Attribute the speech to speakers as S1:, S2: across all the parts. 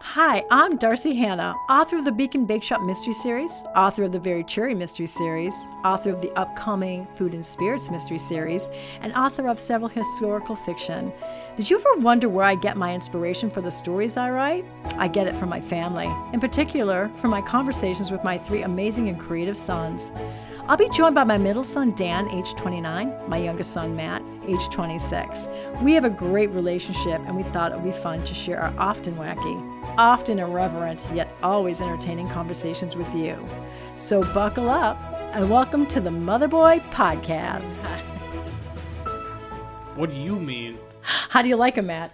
S1: Hi, I'm Darcy Hanna, author of the Beacon Bake Shop Mystery Series, author of the Very Cheery Mystery Series, author of the upcoming Food and Spirits Mystery Series, and author of several historical fiction. Did you ever wonder where I get my inspiration for the stories I write? I get it from my family, in particular from my conversations with my three amazing and creative sons. I'll be joined by my middle son, Dan, age 29, my youngest son, Matt, age 26. We have a great relationship, and we thought it would be fun to share our often wacky, often irreverent, yet always entertaining conversations with you. So buckle up and welcome to the Mother Boy Podcast.
S2: What do you mean?
S1: How do you like him, Matt?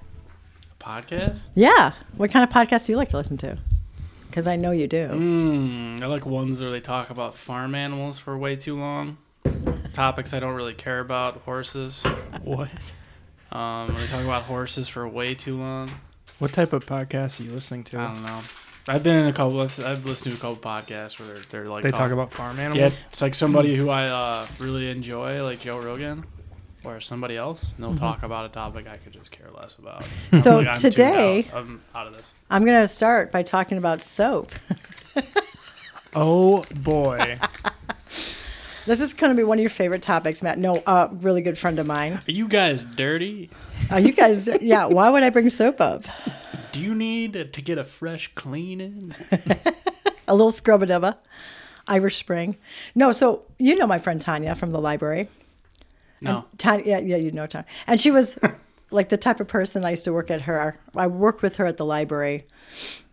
S2: Podcast?
S1: Yeah. What kind of podcast do you like to listen to? Because I know you do.
S2: Mm, I like ones where they talk about farm animals for way too long. Topics I don't really care about. Horses.
S3: What?
S2: Um, they talk about horses for way too long.
S3: What type of podcast are you listening
S2: I
S3: to?
S2: don't know. I've been in a couple. I've listened to a couple podcasts where they're, they're like
S3: They talk about farm animals.
S2: Yeah, it's like somebody who I uh, really enjoy, like Joe Rogan, or somebody else,
S3: Mm-hmm.
S2: and they'll talk about a topic I could just care less about.
S1: So
S2: Like, I'm tuned
S1: today-
S2: out. I'm out of this.
S1: I'm going to start by talking about soap.
S3: Oh boy.
S1: This is going to be one of your favorite topics, Matt. No, a really good friend of mine.
S2: Are you guys dirty?
S1: Uh, you guys, yeah, why would I bring soap up?
S2: Do you need to get a fresh clean in?
S1: a little scrub a Irish Spring. No, so you know my friend Tanya from the library.
S2: No.
S1: Tanya, yeah, yeah, you know Tanya. And she was like the type of person I used to work at her. I worked with her at the library.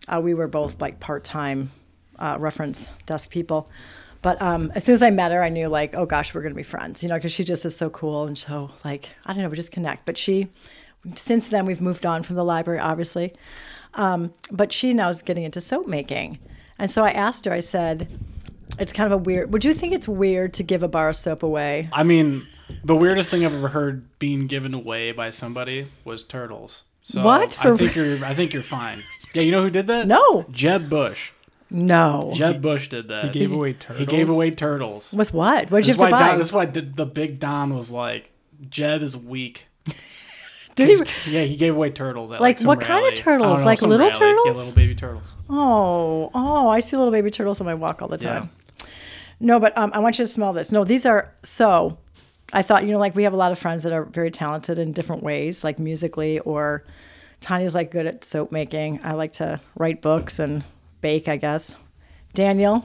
S1: Uh, we were both like part time uh, reference desk people. But um, as soon as I met her, I knew like, oh gosh, we're going to be friends, you know, because she just is so cool and so like, I don't know, we just connect. But she, since then, we've moved on from the library, obviously. Um, but she now is getting into soap making. And so I asked her, I said, it's kind of a weird, would you think it's weird to give a bar of soap away?
S2: I mean, the weirdest thing I've ever heard being given away by somebody was turtles. So
S1: What? For-
S2: I think you're. I think you're fine. Yeah, you know who did that?
S1: No.
S2: Jeb Bush.
S1: No.
S2: Jeb Bush did that. He
S3: gave away turtles?
S2: He gave away turtles.
S1: With what? What did
S2: This
S1: you
S2: is
S1: have to
S2: why
S1: buy?
S2: Don, this is why the, the big Don was like, Jeb is weak.
S1: Did he-
S2: yeah, he gave away turtles. At,
S1: Like,
S2: like, some
S1: what kind of
S2: rally.
S1: turtles?
S2: I don't know,
S1: Like
S2: some
S1: little
S2: rally. Yeah,
S1: turtles?
S2: little baby turtles.
S1: Oh, oh, I see little baby turtles on my walk all the
S2: Yeah.
S1: time. No, but um, I want you to smell this. No, these are so. I thought, you know, like we have a lot of friends that are very talented in different ways, like musically, or Tanya's like good at soap making. I like to write books and bake, I guess. Daniel,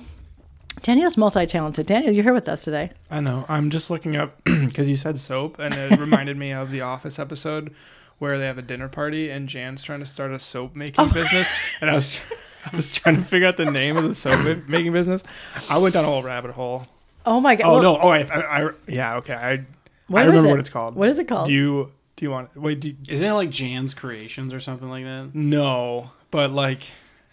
S1: Daniel's multi talented. Daniel, you're here with us today.
S3: I know. I'm just looking up because you said soap, and it reminded me of the Office episode where they have a dinner party and Jan's trying to start a soap making business, and I was. I was trying to figure out the name of the soap ma- making business. I went down a whole rabbit hole.
S1: Oh my God.
S3: Oh
S1: well,
S3: no! Oh, I, I, I yeah, okay. I,
S1: What is
S3: I remember
S1: it?
S3: what it's called.
S1: What is it called?
S3: Do you do you want? Wait, do you,
S2: Isn't it like Jan's Creations or something like that?
S3: no? But like,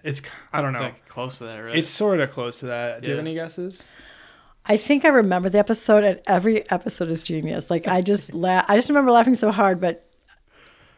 S3: it's I don't know.
S2: It's like close to that, right?
S3: It's sort of close to that. Do you
S2: Yeah.
S3: have any guesses?
S1: I think I remember the episode, and every episode is genius. Like I just la- I just remember laughing so hard, but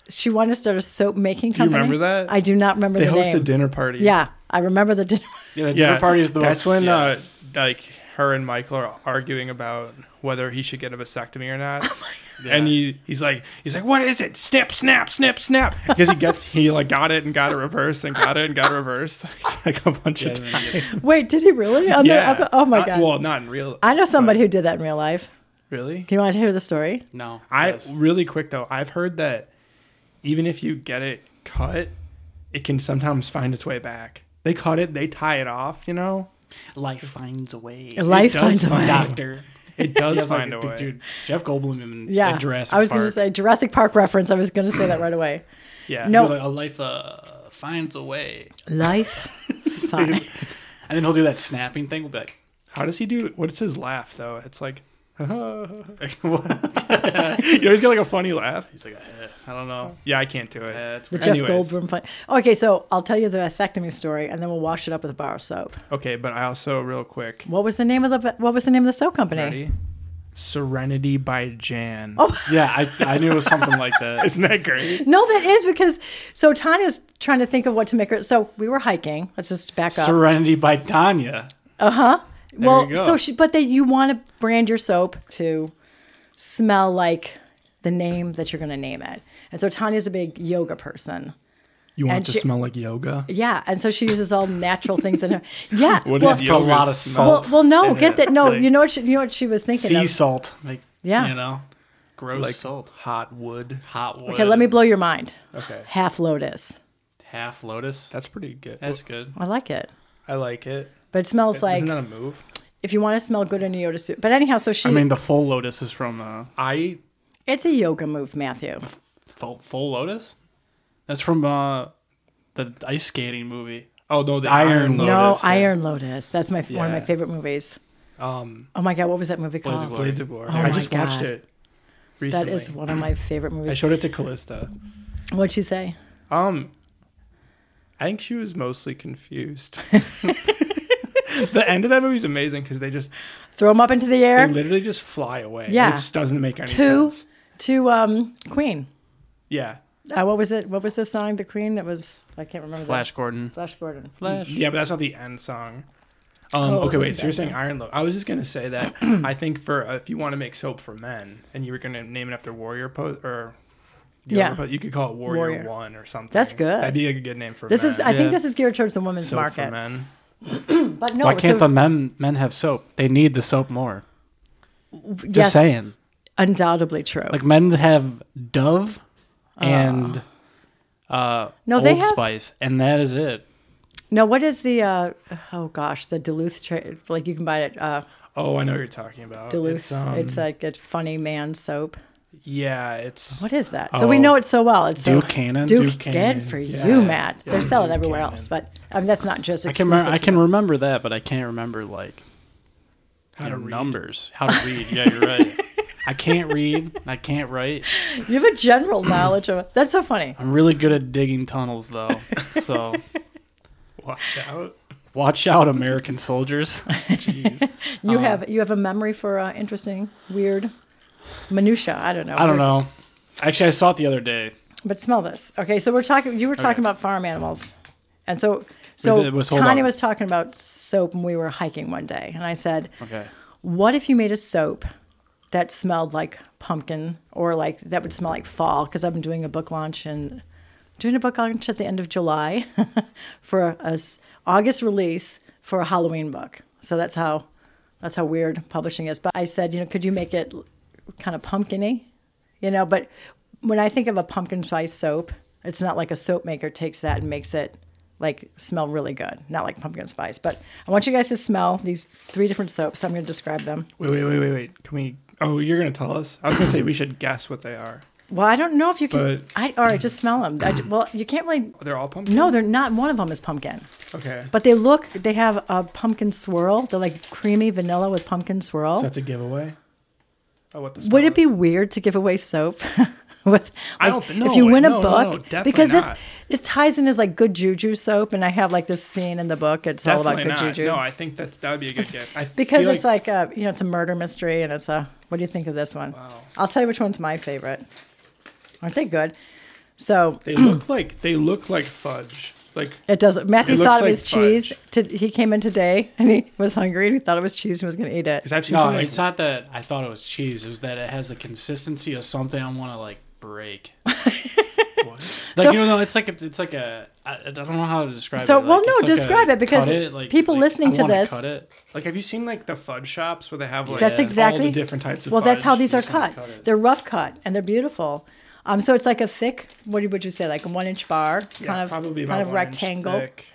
S1: she wanted to start a soap making
S3: you
S1: company.
S3: remember that?
S1: I do not remember
S3: They
S1: the
S3: host
S1: name.
S3: a dinner party.
S1: Yeah, I remember the dinner.
S2: yeah, the dinner party is the most,
S3: That's when
S2: yeah.
S3: uh, like her and Michael are arguing about whether he should get a vasectomy or not.
S1: Oh
S3: And
S2: Yeah.
S3: he, he's like he's like what is it snip snap snip snap because he gets he like got it and got it reversed and got it and got it reversed like, a bunch
S2: Yeah,
S3: of
S2: and
S3: times.
S2: then you get-
S1: Wait, did he really? On the
S3: yeah
S1: epi- oh my
S3: Not-
S1: god!
S3: well uh, not in real
S1: I know somebody who did that in real life.
S3: really
S1: Do you want to hear the story?
S2: no.
S3: I
S2: yes.
S3: really quick though. I've heard that even if you get it cut, it can sometimes find its way back. They cut it, they tie it off. You know,
S2: Life finds a way.
S1: Life
S3: does
S1: finds a way.
S3: find out.
S2: Doctor.
S3: it does
S2: That's like,
S3: find a way.
S2: Dude, Jeff Goldblum in
S1: Yeah,
S2: yeah, Jurassic
S1: I was
S2: Park.
S1: going to say Jurassic Park reference. I was going to say that right away.
S3: yeah.
S1: No.
S2: He was like, a life uh, finds a way.
S1: Life, fine.
S2: And then he'll do that snapping thing. We'll be like,
S3: How does he do? What's his laugh though? It's like
S2: what?
S3: you always get like a funny laugh.
S2: He's like, eh, I don't know.
S3: Yeah, I can't do it.
S2: Eh, it's
S1: The
S2: weird.
S1: Jeff
S3: Anyways.
S1: Goldblum. Fun- okay, so I'll tell you the vasectomy story, and then we'll wash it up with a bar of soap.
S3: Okay, but I also real quick.
S1: What was the name of the What was the name of the soap company?
S3: Ready? Serenity by Jan. Oh.
S2: yeah, I, I knew it was something like that.
S3: Isn't that great?
S1: No, that is because so Tanya's trying to think of what to make her. So we were hiking. Let's just back up.
S2: Serenity by Tanya.
S1: well,
S3: you go.
S1: so she, but they you want to brand your soap to smell like the name that you're going to name it. And so Tanya's a big yoga person.
S3: You want
S1: And
S3: it to
S1: she-
S3: smell like yoga?
S1: Yeah, and so she uses all natural things in her. Yeah,
S3: What
S1: well,
S3: is
S2: put a
S3: yoga?
S2: lot of
S3: smell?
S1: well, well, no,
S2: in
S1: get
S2: it,
S1: that. No,
S2: like-
S1: you know what? She, you know what she was thinking
S2: sea
S1: of.
S2: salt, like
S1: Yeah.
S2: you know, gross
S3: like
S2: salt,
S3: hot wood.
S2: hot wood.
S1: Okay, let me blow your mind.
S3: Okay,
S1: Half lotus.
S2: half lotus.
S3: that's pretty good.
S2: That's good.
S1: I like it,
S3: I like it.
S1: but it smells like
S3: Isn't that a move?
S1: if you want to smell good in a yoga suit. But anyhow, so she.
S2: I mean, the full lotus is from uh,
S3: I
S1: it's a yoga move, Matthew.
S2: full, full lotus. That's from uh, the ice skating movie.
S3: oh no, the
S2: Iron
S3: Iron,
S1: No,
S3: Lotus.
S1: Iron Lotus. That's my one of my
S3: Yeah.
S1: favorite movies.
S3: Um,
S1: Oh my god, what was that movie
S2: Blades
S1: called?
S2: of Glory.
S3: Blades of Glory.
S1: Oh
S3: I
S1: my
S3: just watched
S1: God.
S3: it recently.
S1: That is one of my favorite
S3: I
S1: movies.
S3: showed it to Callista.
S1: What'd she say?
S3: Um, I think she was mostly confused. the end of that movie is amazing because they just
S1: Throw them up into the
S3: they
S1: air
S3: literally just fly away.
S1: Yeah.
S3: it just doesn't make any
S1: Two.
S3: sense.
S1: to um, Queen.
S3: Yeah,
S1: Uh, what was it? What was the song? The Queen. It was I can't remember.
S2: Flash Gordon.
S1: That. Flash Gordon.
S2: Flash.
S3: yeah, but that's not the end song. Um,
S1: Oh, it
S3: okay,
S1: wasn't
S3: wait. So you're
S1: that
S3: saying Iron Lotus? I was just gonna say that I think for uh, if you want to make soap for men and you were gonna name it after Warrior Post or you
S1: Yeah.
S3: know, but you could call it Warrior,
S1: Warrior.
S3: One or something.
S1: That's good.
S3: That'd be a good name for
S1: This
S3: men.
S1: is. I think
S2: Yeah.
S1: this is geared towards the women's
S3: soap for
S1: market.
S3: men.
S1: But no.
S2: Why can't
S1: so,
S2: the men men have soap? They need the soap more. Just
S1: yes,
S2: saying.
S1: Undoubtedly true.
S2: Like men have Dove and uh,
S1: Ah. No,
S2: Old
S1: they have-
S2: Spice, and that is it.
S1: no. What is the? Uh, oh gosh, the Duluth. Tra- like you can buy it. Uh,
S3: Oh, I know what you're talking about.
S1: Duluth.
S3: It's, um,
S1: like a funny man soap.
S3: yeah, it's
S1: What is that? So we
S2: Oh.
S1: know it so well. It's
S2: Duke
S1: so,
S2: Cannon?
S1: Duke,
S3: Duke Cannon,
S1: Good for
S3: yeah.
S1: you, Matt.
S3: Yeah,
S1: They sell it
S3: Duke
S1: everywhere
S3: Cannon.
S1: else, but um, that's not just
S2: I can
S1: exclusive.
S2: remember, I can remember that, but I can't remember like
S3: how
S2: you
S3: to
S2: know,
S3: read.
S2: numbers, how to read. Yeah, you're right. I can't read. and I can't write.
S1: You have a general knowledge of it. That's so funny.
S2: I'm really good at digging tunnels, though. So
S3: Watch out.
S2: watch out, American soldiers.
S3: Jeez.
S2: Uh-huh.
S1: You have you have a memory for uh, interesting, weird minutia. I don't know.
S2: I don't know. Actually, I saw it the other day.
S1: But smell this. Okay, so we're talking. You were talking about farm animals, and so so
S2: did- was- hold
S1: Tanya
S2: on.
S1: was talking about soap, and we were hiking one day, and I said,
S2: Okay.
S1: "What if you made a soap that smelled like pumpkin, or like that would smell like fall?" Because I've been doing a book launch and doing a book launch at the end of July for a, a s- August release for a Halloween book. So that's how that's how weird publishing is. But I said, you know, could you make it kind of pumpkiny? You know, but when I think of a pumpkin spice soap, it's not like a soap maker takes that and makes it like smell really good, not like pumpkin spice. But I want you guys to smell these three different soaps. I'm going to describe them.
S3: Wait, wait, wait, wait, wait. Can we? Oh, you're gonna tell us? I was gonna say we should guess what they are.
S1: Well, I don't know if you can.
S3: But-
S1: I all right, just smell them. I, well, you can't really.
S3: They're all pumpkin.
S1: No, they're not. One of them is pumpkin.
S3: Okay.
S1: But they look, they have a pumpkin swirl. They're like creamy vanilla with pumpkin swirl.
S3: so that's a giveaway. Oh, what the?
S1: Would
S3: smell
S1: it be weird to give away soap? with
S3: I
S1: like,
S3: don't thi-
S1: if you
S3: no,
S1: win a
S3: no, no,
S1: book
S3: no, definitely
S1: because this
S3: not.
S1: this ties in as like good juju soap and I have like this scene in the book it's all about
S3: Definitely
S1: good
S3: not.
S1: juju
S3: No, I think that's that would be a good gift. I
S1: because
S3: feel
S1: it's like, uh you know it's a murder mystery and it's a what do you think of this one
S3: Wow.
S1: I'll tell you which one's my favorite aren't they good so
S3: they look like they look like fudge. Like
S1: It doesn't. Matthew
S3: It looks
S1: thought it
S3: like
S1: was cheese. To, he came in today and he was hungry and he thought it was cheese and was going to eat it.
S3: because I've seen
S2: No,
S3: some like
S2: it's not that I thought it was cheese. It was that it has the consistency of something I want to like break.
S3: what?
S2: Like
S1: So-
S2: you know, it's like a, it's like a I, I don't know how to describe
S1: So,
S2: it.
S1: well,
S2: Like,
S1: no,
S2: it's like
S1: describe
S2: a
S1: it because
S2: cut
S1: people listening
S2: I
S1: to
S2: wanna
S1: this-
S2: Cut it.
S3: Like have you seen like the fudge shops where they have like
S1: That's
S3: all
S1: exactly-
S3: the different types of
S1: well, that's how
S3: fudge?
S1: these are
S2: just wanna
S1: cut.
S2: cut it.
S1: they're rough cut and they're beautiful. Um, so it's like a thick. What would you say? Like a one inch bar,
S3: Yeah,
S1: kind of
S3: probably about
S1: kind of
S3: one inch
S1: rectangle.
S3: thick.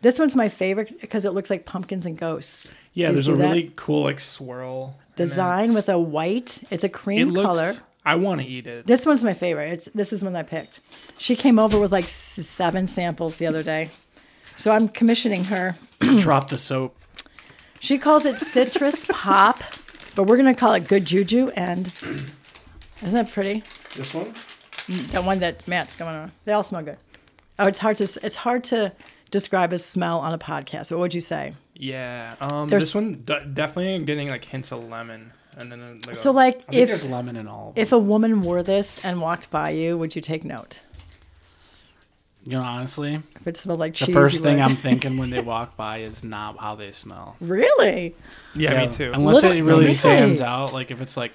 S1: This one's my favorite because it looks like pumpkins and ghosts.
S3: Yeah,
S1: Do you
S3: there's
S1: see
S3: a
S1: that?
S3: really cool like swirl in it.
S1: design with a white. It's a
S3: it
S1: cream
S3: looks.
S1: color.
S3: I want to eat it.
S1: This one's my favorite. It's this is one I picked. She came over with like s- seven samples the other day, so I'm commissioning her.
S2: Drop the soap.
S1: She calls it citrus pop, but we're gonna call it good juju. And isn't that pretty?
S3: This one.
S1: That one that Matt's going on. They all smell good. Oh, it's hard to s- it's hard to describe a smell on a podcast. What would you say?
S3: Yeah. Um.
S1: There's-
S3: This one de- definitely I'm getting like hints of lemon, and then uh, like
S1: So
S3: a-
S1: like
S2: I think
S1: if
S2: there's lemon in all. Of
S1: if a woman wore this and walked by you, would you take note?
S2: it. you know, honestly,
S1: If it smelled like
S2: the
S1: cheese.
S2: first
S1: you
S2: thing
S1: would.
S2: I'm thinking when they walk by is not how they smell.
S1: really
S3: yeah, me too.
S2: Unless
S1: Little-
S2: it really
S1: Really?
S2: stands out. Like if it's like,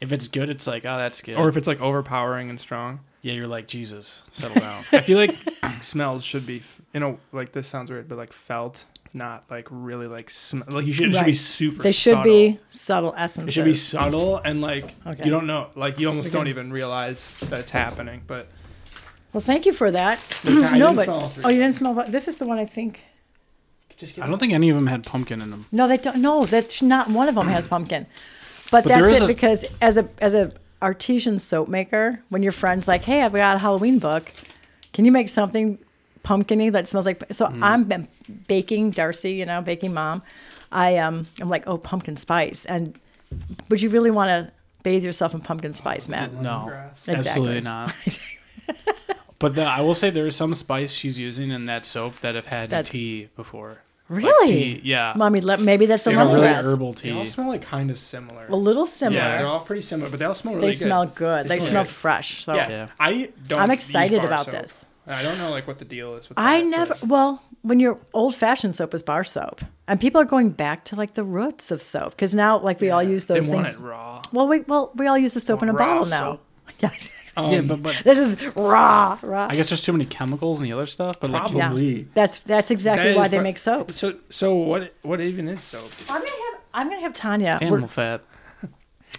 S2: if it's good, it's like oh that's good.
S3: or if it's like overpowering and strong.
S2: yeah, you're like Jesus, settle down.
S3: I feel like smells should be f- you know like this sounds weird, but like felt, not like really like sm- like you should, it should be
S1: Right.
S3: super.
S1: They should
S3: subtle.
S1: be subtle essences.
S3: It should be subtle and like
S1: Okay.
S3: you don't know, like you almost don't
S1: Okay.
S3: even realize that it's happening. But
S1: well, thank you for that.
S3: Okay, I
S1: no,
S3: didn't
S1: but
S3: smell all three.
S1: oh, you didn't smell. This is the one I think.
S3: just
S2: I don't think any of them had pumpkin in them.
S1: No, they don't. No, that's not one of them has pumpkin. But,
S2: But there
S1: that's
S2: is
S1: it
S2: a-
S1: because as a as a artisan soap maker, when your friend's like, "Hey, I've got a Halloween book. Can you make something pumpkiny that smells like?" So
S3: Mm.
S1: I'm been baking Darcy, you know, baking mom. I um, I'm like, "Oh, pumpkin spice." And would you really want to bathe yourself in pumpkin spice,
S3: Oh,
S1: Matt?
S2: No,
S3: Lemongrass.
S1: Exactly.
S2: absolutely not. but the, I will say there is some spice she's using in that soap that have had
S1: That's-
S2: tea before. Like
S1: Really,
S2: tea, yeah.
S1: mommy? Let, maybe that's the
S3: They are
S2: Really
S1: lemongrass.
S2: herbal
S3: They all
S2: tea.
S3: smell like kind of similar.
S1: a little similar.
S3: Yeah, they're all pretty similar, but they all smell
S1: they
S3: really good.
S1: smell good. They,
S3: smell
S1: smell
S3: good.
S1: fresh. So
S3: Yeah.
S2: Yeah.
S3: I don't.
S1: I'm
S3: use
S1: excited
S3: bar
S1: about
S3: soap.
S1: this.
S3: I don't know like what the deal is with.
S1: I
S3: that,
S1: never.
S3: but-
S1: Well, when your old fashioned soap is bar soap, and people are going back to like the roots of soap because now like we all use those
S3: they
S1: things.
S3: want it raw.
S1: Well, we well we all use the soap in a
S3: Raw
S1: bottle now.
S3: soap.
S1: Yes.
S2: yeah,
S3: Um,
S2: but but
S1: this is raw, raw.
S2: I guess there's too many chemicals and the other stuff. But like,
S3: Probably.
S1: yeah. That's that's exactly
S3: That
S1: why
S3: is
S1: they
S3: pro-
S1: make soap.
S3: So so what what even is soap?
S1: I'm gonna have I'm gonna have Tanya.
S2: it's animal
S1: we're-
S2: fat.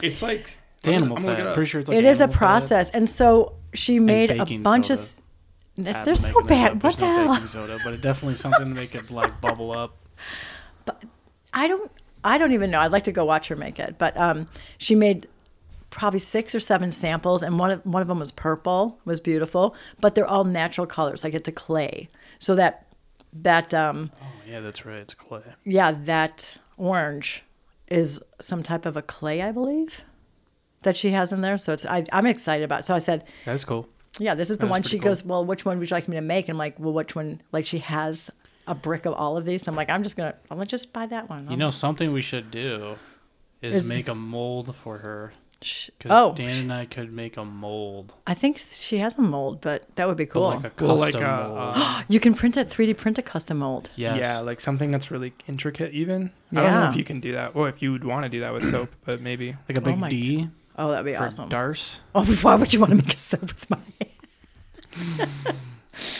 S3: It's like
S2: It's animal
S3: I'm gonna
S2: fat.
S3: look it up.
S2: pretty sure it's like
S1: It is a
S2: animal fat.
S1: process, and so she made a
S2: baking
S1: bunch of.
S2: soda.
S1: s- That's,
S2: I'm
S1: they're so
S2: making that
S1: bad.
S2: up.
S1: What
S2: There's
S1: the
S2: no
S1: hell?
S2: baking soda, but it definitely something to make it like bubble up.
S1: I don't I don't even know. I'd like to go watch her make it, but um, she made probably six or seven samples, and one of one of them was purple, was beautiful, but they're all natural colors, like it's a clay, so that that um,
S2: Oh yeah, that's right. It's clay.
S1: yeah that orange is some type of a clay, I believe. That she has in there, so it's I, I'm excited about. It. So I said,
S2: That's cool.
S1: "Yeah, this is the
S2: That's
S1: one."
S2: pretty
S1: She
S2: cool.
S1: goes, "Well, which one would you like me to make?" And I'm like, "Well, which one?" Like she has a brick of all of these. So I'm like, "I'm just gonna, I'm gonna just buy that one."
S2: You know, something we should do is,
S1: Oh. Is-
S2: make a mold for her.
S1: Sh-
S2: Because
S1: oh,
S2: Dan and I could make a mold.
S1: I think she has a mold, but that would be
S2: But
S1: cool.
S2: Like a custom
S3: Well, like a,
S2: mold.
S3: um,
S1: you can print it, 3D print a custom mold.
S2: yes.
S3: yeah, like something that's really intricate. Even I don't know
S1: Yeah.
S3: if you can do that. Well, if you would want to do that with soap, but maybe
S2: like a
S1: Oh
S2: big
S1: my
S2: D
S1: Oh, that'd be
S2: for
S1: awesome.
S2: Darce.
S1: oh, why would you want to make a soap with my?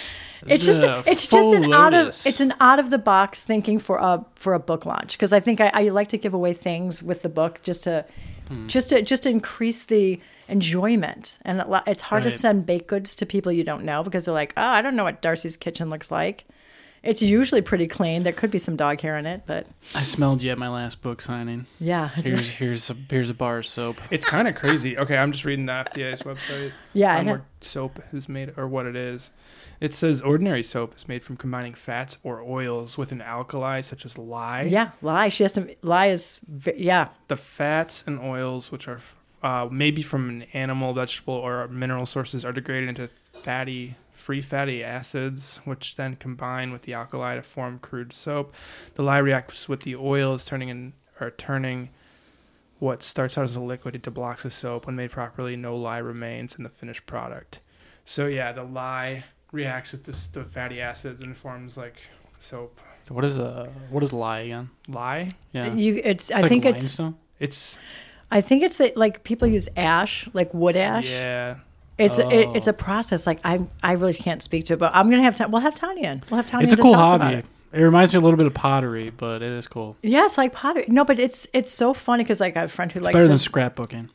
S1: It's just
S2: The
S1: it's just an
S2: full
S1: out of
S2: lotus.
S1: it's an out of the box thinking for a for a book launch because I think I, I like to give away things with the book just to
S2: Hmm.
S1: just to just to increase the enjoyment and it- it's hard to
S2: Right.
S1: send baked goods to people you don't know because they're like oh I don't know what Darcy's kitchen looks like it's usually pretty clean there could be some dog hair in it but
S2: I smelled you at my last book signing.
S1: yeah
S2: Here's here's a here's a bar of soap.
S3: it's kind of crazy. Okay, I'm just reading the FDA's website.
S1: Yeah, I
S3: on
S1: know.
S3: where soap is made or what it is. It says ordinary soap is made from combining fats or oils with an alkali such as lye.
S1: Yeah, lie. She has to lie is v- yeah.
S3: The fats and oils, which are uh, maybe from an animal, vegetable, or mineral sources, are degraded into fatty, free fatty acids, which then combine with the alkali to form crude soap. The lye reacts with the oils, turning in or turning what starts out as a liquid into blocks of soap. When made properly, no lye remains in the finished product. So yeah, the lye reacts with this, the fatty acids and forms like soap.
S2: What is a what is lie again?
S3: Lye.
S2: Yeah.
S1: You it's, I
S2: It's like
S1: think it's
S2: limestone?
S3: It's
S1: I think it's that, like people use ash, like wood ash.
S3: yeah.
S1: It's it,
S2: Oh.
S1: it's a process like I I really can't speak to it, but I'm going to have time we'll have Tanya. in. We'll have Tanya
S2: it's a
S1: to
S2: cool
S1: talk about
S2: hobby.
S1: it.
S2: It reminds me a little bit of pottery, but it is cool.
S1: Yeah, it's like pottery. No, but it's it's so funny cuz like I have a friend who likes
S2: Better
S1: to,
S2: than scrapbooking.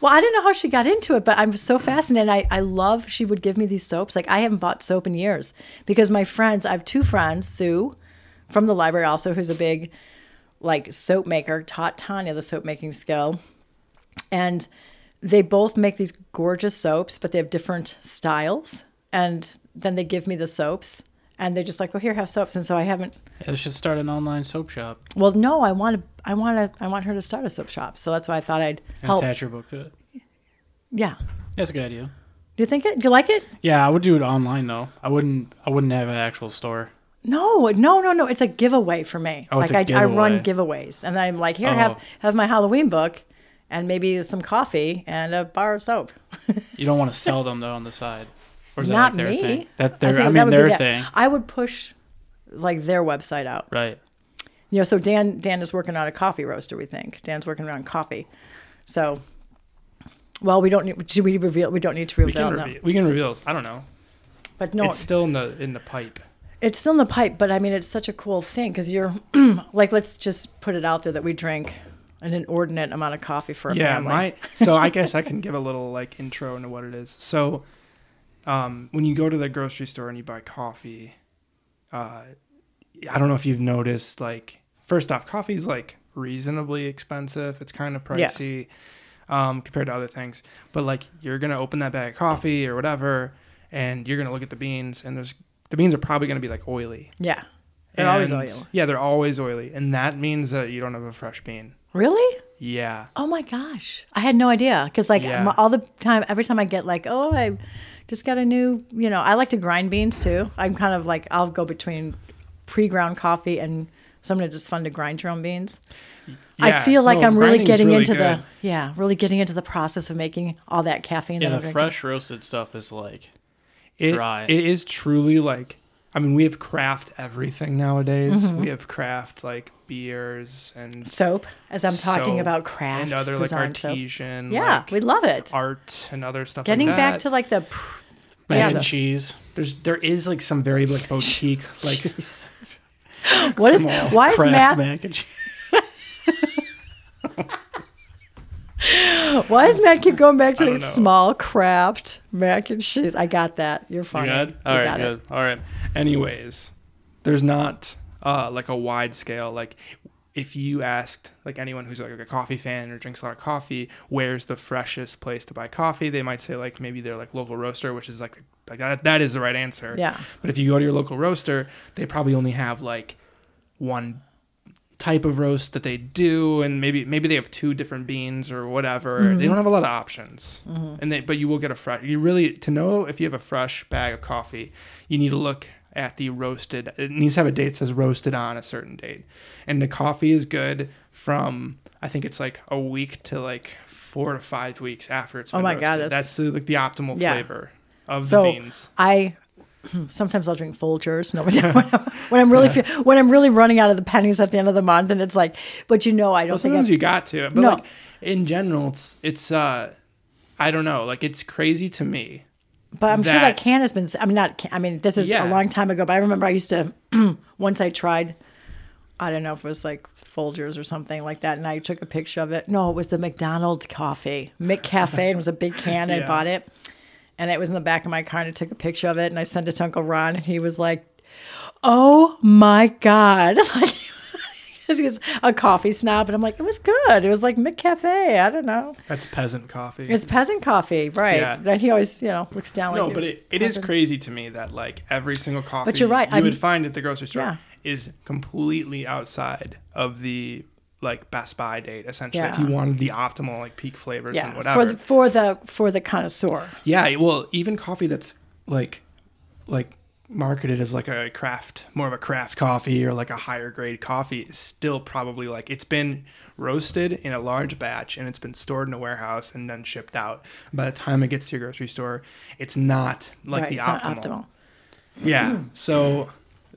S1: Well, I don't know how she got into it, but I'm so fascinated. I, I love she would give me these soaps. Like I haven't bought soap in years because my friends, I have two friends, Sue from the library also, who's a big like soap maker, taught Tanya the soap making skill. And they both make these gorgeous soaps, but they have different styles. And then they give me the soaps and they're just like, Well, here have soaps. And so I haven't
S2: Yeah, they should start an online soap shop
S1: well, no, I want to I wanna I want her to start a soap shop. So that's why I thought I'd
S2: and
S1: help.
S2: attach your book to it.
S1: Yeah.
S2: That's a good idea.
S1: Do you think it? Do you like it?
S2: Yeah, I would do it online though. I wouldn't. I wouldn't have an actual store.
S1: No, no, no, no. It's a giveaway for me.
S2: Oh,
S1: like
S2: it's
S1: I
S2: a
S1: I run giveaways, and I'm like, here, have
S2: Oh.
S1: have my Halloween book, and maybe some coffee and a bar of soap.
S2: You don't want to sell them though on the side, or is
S1: Not
S2: that like
S1: me.
S2: their thing?
S1: I
S2: That their.
S1: think
S2: I,
S1: that
S2: mean
S1: would be
S2: their
S1: that.
S2: thing.
S1: I would push like their website out.
S2: Right.
S1: You know, so Dan Dan is working on a coffee roaster. We think Dan's working on coffee. So, well, we don't need. Should we reveal? We don't need to
S3: We
S1: reveal.
S3: can
S1: no.
S3: reveal. We can reveal. I don't know.
S1: But no,
S3: It's still in the in the pipe.
S1: It's still in the pipe, but I mean, it's such a cool thing because you're like, let's just put it out there that we drink an inordinate amount of coffee for a
S3: yeah,
S1: family.
S3: my so I guess I can give a little like intro into what it is. So, um, when you go to the grocery store and you buy coffee, uh, I don't know if you've noticed. Like, first off, coffee's like reasonably expensive. It's kind of
S1: Yeah.
S3: pricey um, compared to other things. But like, you're gonna open that bag of coffee or whatever, and you're gonna look at the beans, and there's the beans are probably gonna be like oily.
S1: yeah, they're always
S3: And-
S1: oily.
S3: Yeah, they're always oily, and that means that you don't have a fresh bean.
S1: Really?
S3: Yeah.
S1: Oh my gosh, I had no idea because like
S3: Yeah.
S1: my- all the time, every time I get like, oh, I just got a new, you know, I like to grind beans too. I'm kind of like, I'll go between pre-ground coffee and something that's just fun to grind your own beans. I
S3: Yeah.
S1: feel like
S3: No,
S1: I'm really
S3: grinding's
S1: getting
S3: really
S1: into
S3: good.
S1: the yeah, really getting into the process of making all that caffeine.
S2: Yeah,
S1: that I'm drinking.
S2: the fresh roasted stuff is like
S3: it,
S2: dry.
S3: It is truly like I mean, we have craft everything nowadays.
S1: Mm-hmm.
S3: We have craft like beers and
S1: soap as I'm talking
S3: soap
S1: about craft
S3: and other like
S1: design soap.
S3: artesian,
S1: Yeah,
S3: like,
S1: we love it.
S3: art and other stuff.
S1: Getting
S3: like
S1: back
S3: that.
S1: to like the pr-
S2: mac
S1: yeah,
S2: and
S1: the-
S2: cheese.
S3: there's there is like some very like boutique like
S1: what is
S3: small
S1: why is
S2: Kraft
S1: math
S2: mac and cheese.
S1: why is Matt keep going back to
S3: I
S1: the
S3: don't know.
S1: small craft mac and cheese? I got that. You're
S2: You
S1: funny.
S2: good?
S1: You
S2: All right,
S1: got it.
S2: good. All right.
S3: anyways there's not uh like a wide scale like if you asked like anyone who's like a coffee fan or drinks a lot of coffee where's the freshest place to buy coffee they might say like maybe their like local roaster which is like like that, that is the right answer
S1: Yeah.
S3: but if you go to your local roaster they probably only have like one type of roast that they do and maybe maybe they have two different beans or whatever
S1: Mm-hmm.
S3: they don't have a lot of options and they but you will get a fresh you really to know if you have a fresh bag of coffee you need to look at the roasted it needs to have a date that says roasted on a certain date and the coffee is good from i think it's like a week to like four to five weeks after it's
S1: Oh
S3: been
S1: my God,
S3: roasted.
S1: that's-
S3: that's, the, like the optimal
S1: Yeah.
S3: flavor of
S1: So
S3: the beans
S1: I sometimes I'll drink Folgers. No, when I'm- when I'm really fe- when I'm really running out of the pennies at the end of the month, and it's like, but you know, I don't
S3: Well,
S1: think
S3: sometimes
S1: I've-
S3: you got to, but
S1: No.
S3: like in general, it's it's uh, I don't know, like it's crazy to me.
S1: But I'm sure that
S3: That-
S1: can has been. I mean, not. Can, I mean, this is
S3: Yeah.
S1: a long time ago. But I remember I used to once I tried. I don't know if it was like Folgers or something like that, and I took a picture of it. No, it was the McDonald's coffee, McCafe, and it was a big can. I
S3: Yeah.
S1: bought it, and it was in the back of my car, and I took a picture of it, and I sent it to Uncle Ron, and he was like, "Oh my god!" Like, 'cause he's a coffee snob, and I'm like, "It was good. It was like McCafe. I don't know.
S3: That's peasant coffee.
S1: It's peasant coffee, right?"
S3: Yeah.
S1: And he always, you know, looks down.
S3: no,
S1: like
S3: but it, it is
S1: happens.
S3: crazy to me that like every single coffee
S1: you're right,
S3: you
S1: I'm-
S3: would find at the grocery store
S1: Yeah.
S3: is completely outside of the like Best Buy date essentially. If
S1: Yeah.
S3: you wanted the optimal like peak flavors and
S1: for
S3: whatever,
S1: the for the for the connoisseur.
S3: Yeah, well, even coffee that's like like marketed as like a craft, more of a craft coffee or like a higher grade coffee is still probably like it's been roasted in a large batch and it's been stored in a warehouse and then shipped out. By the time it gets to your grocery store, it's not like
S1: right,
S3: the
S1: it's
S3: optimal.
S1: not optimal.
S3: Yeah. So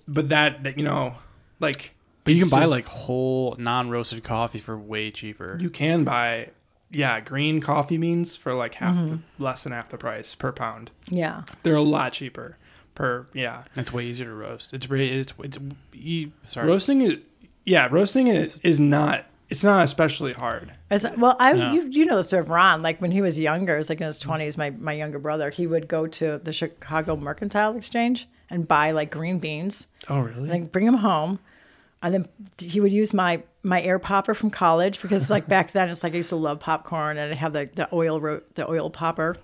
S3: but that that you know, like
S2: But you can
S3: it's
S2: buy
S3: just-
S2: like whole non-roasted coffee for way cheaper.
S3: you can buy yeah, green coffee beans for like half the,
S1: Mm-hmm.
S3: less than half the price per pound.
S1: Yeah,
S3: They're a lot cheaper per yeah.
S2: It's way easier to roast. It's re- it's it's e- sorry.
S3: Roasting is, yeah, roasting is is not. It's not especially hard.
S1: As, well, I
S2: Yeah.
S1: you, you know the story of Ron. Like when he was younger, it's like in his twenties. My my younger brother, he would go to the Chicago Mercantile Exchange and buy like green beans,
S3: Oh really?
S1: and then bring them home, and then he would use my my air popper from college because like back then it's like I used to love popcorn and I have the the oil ro- the oil popper,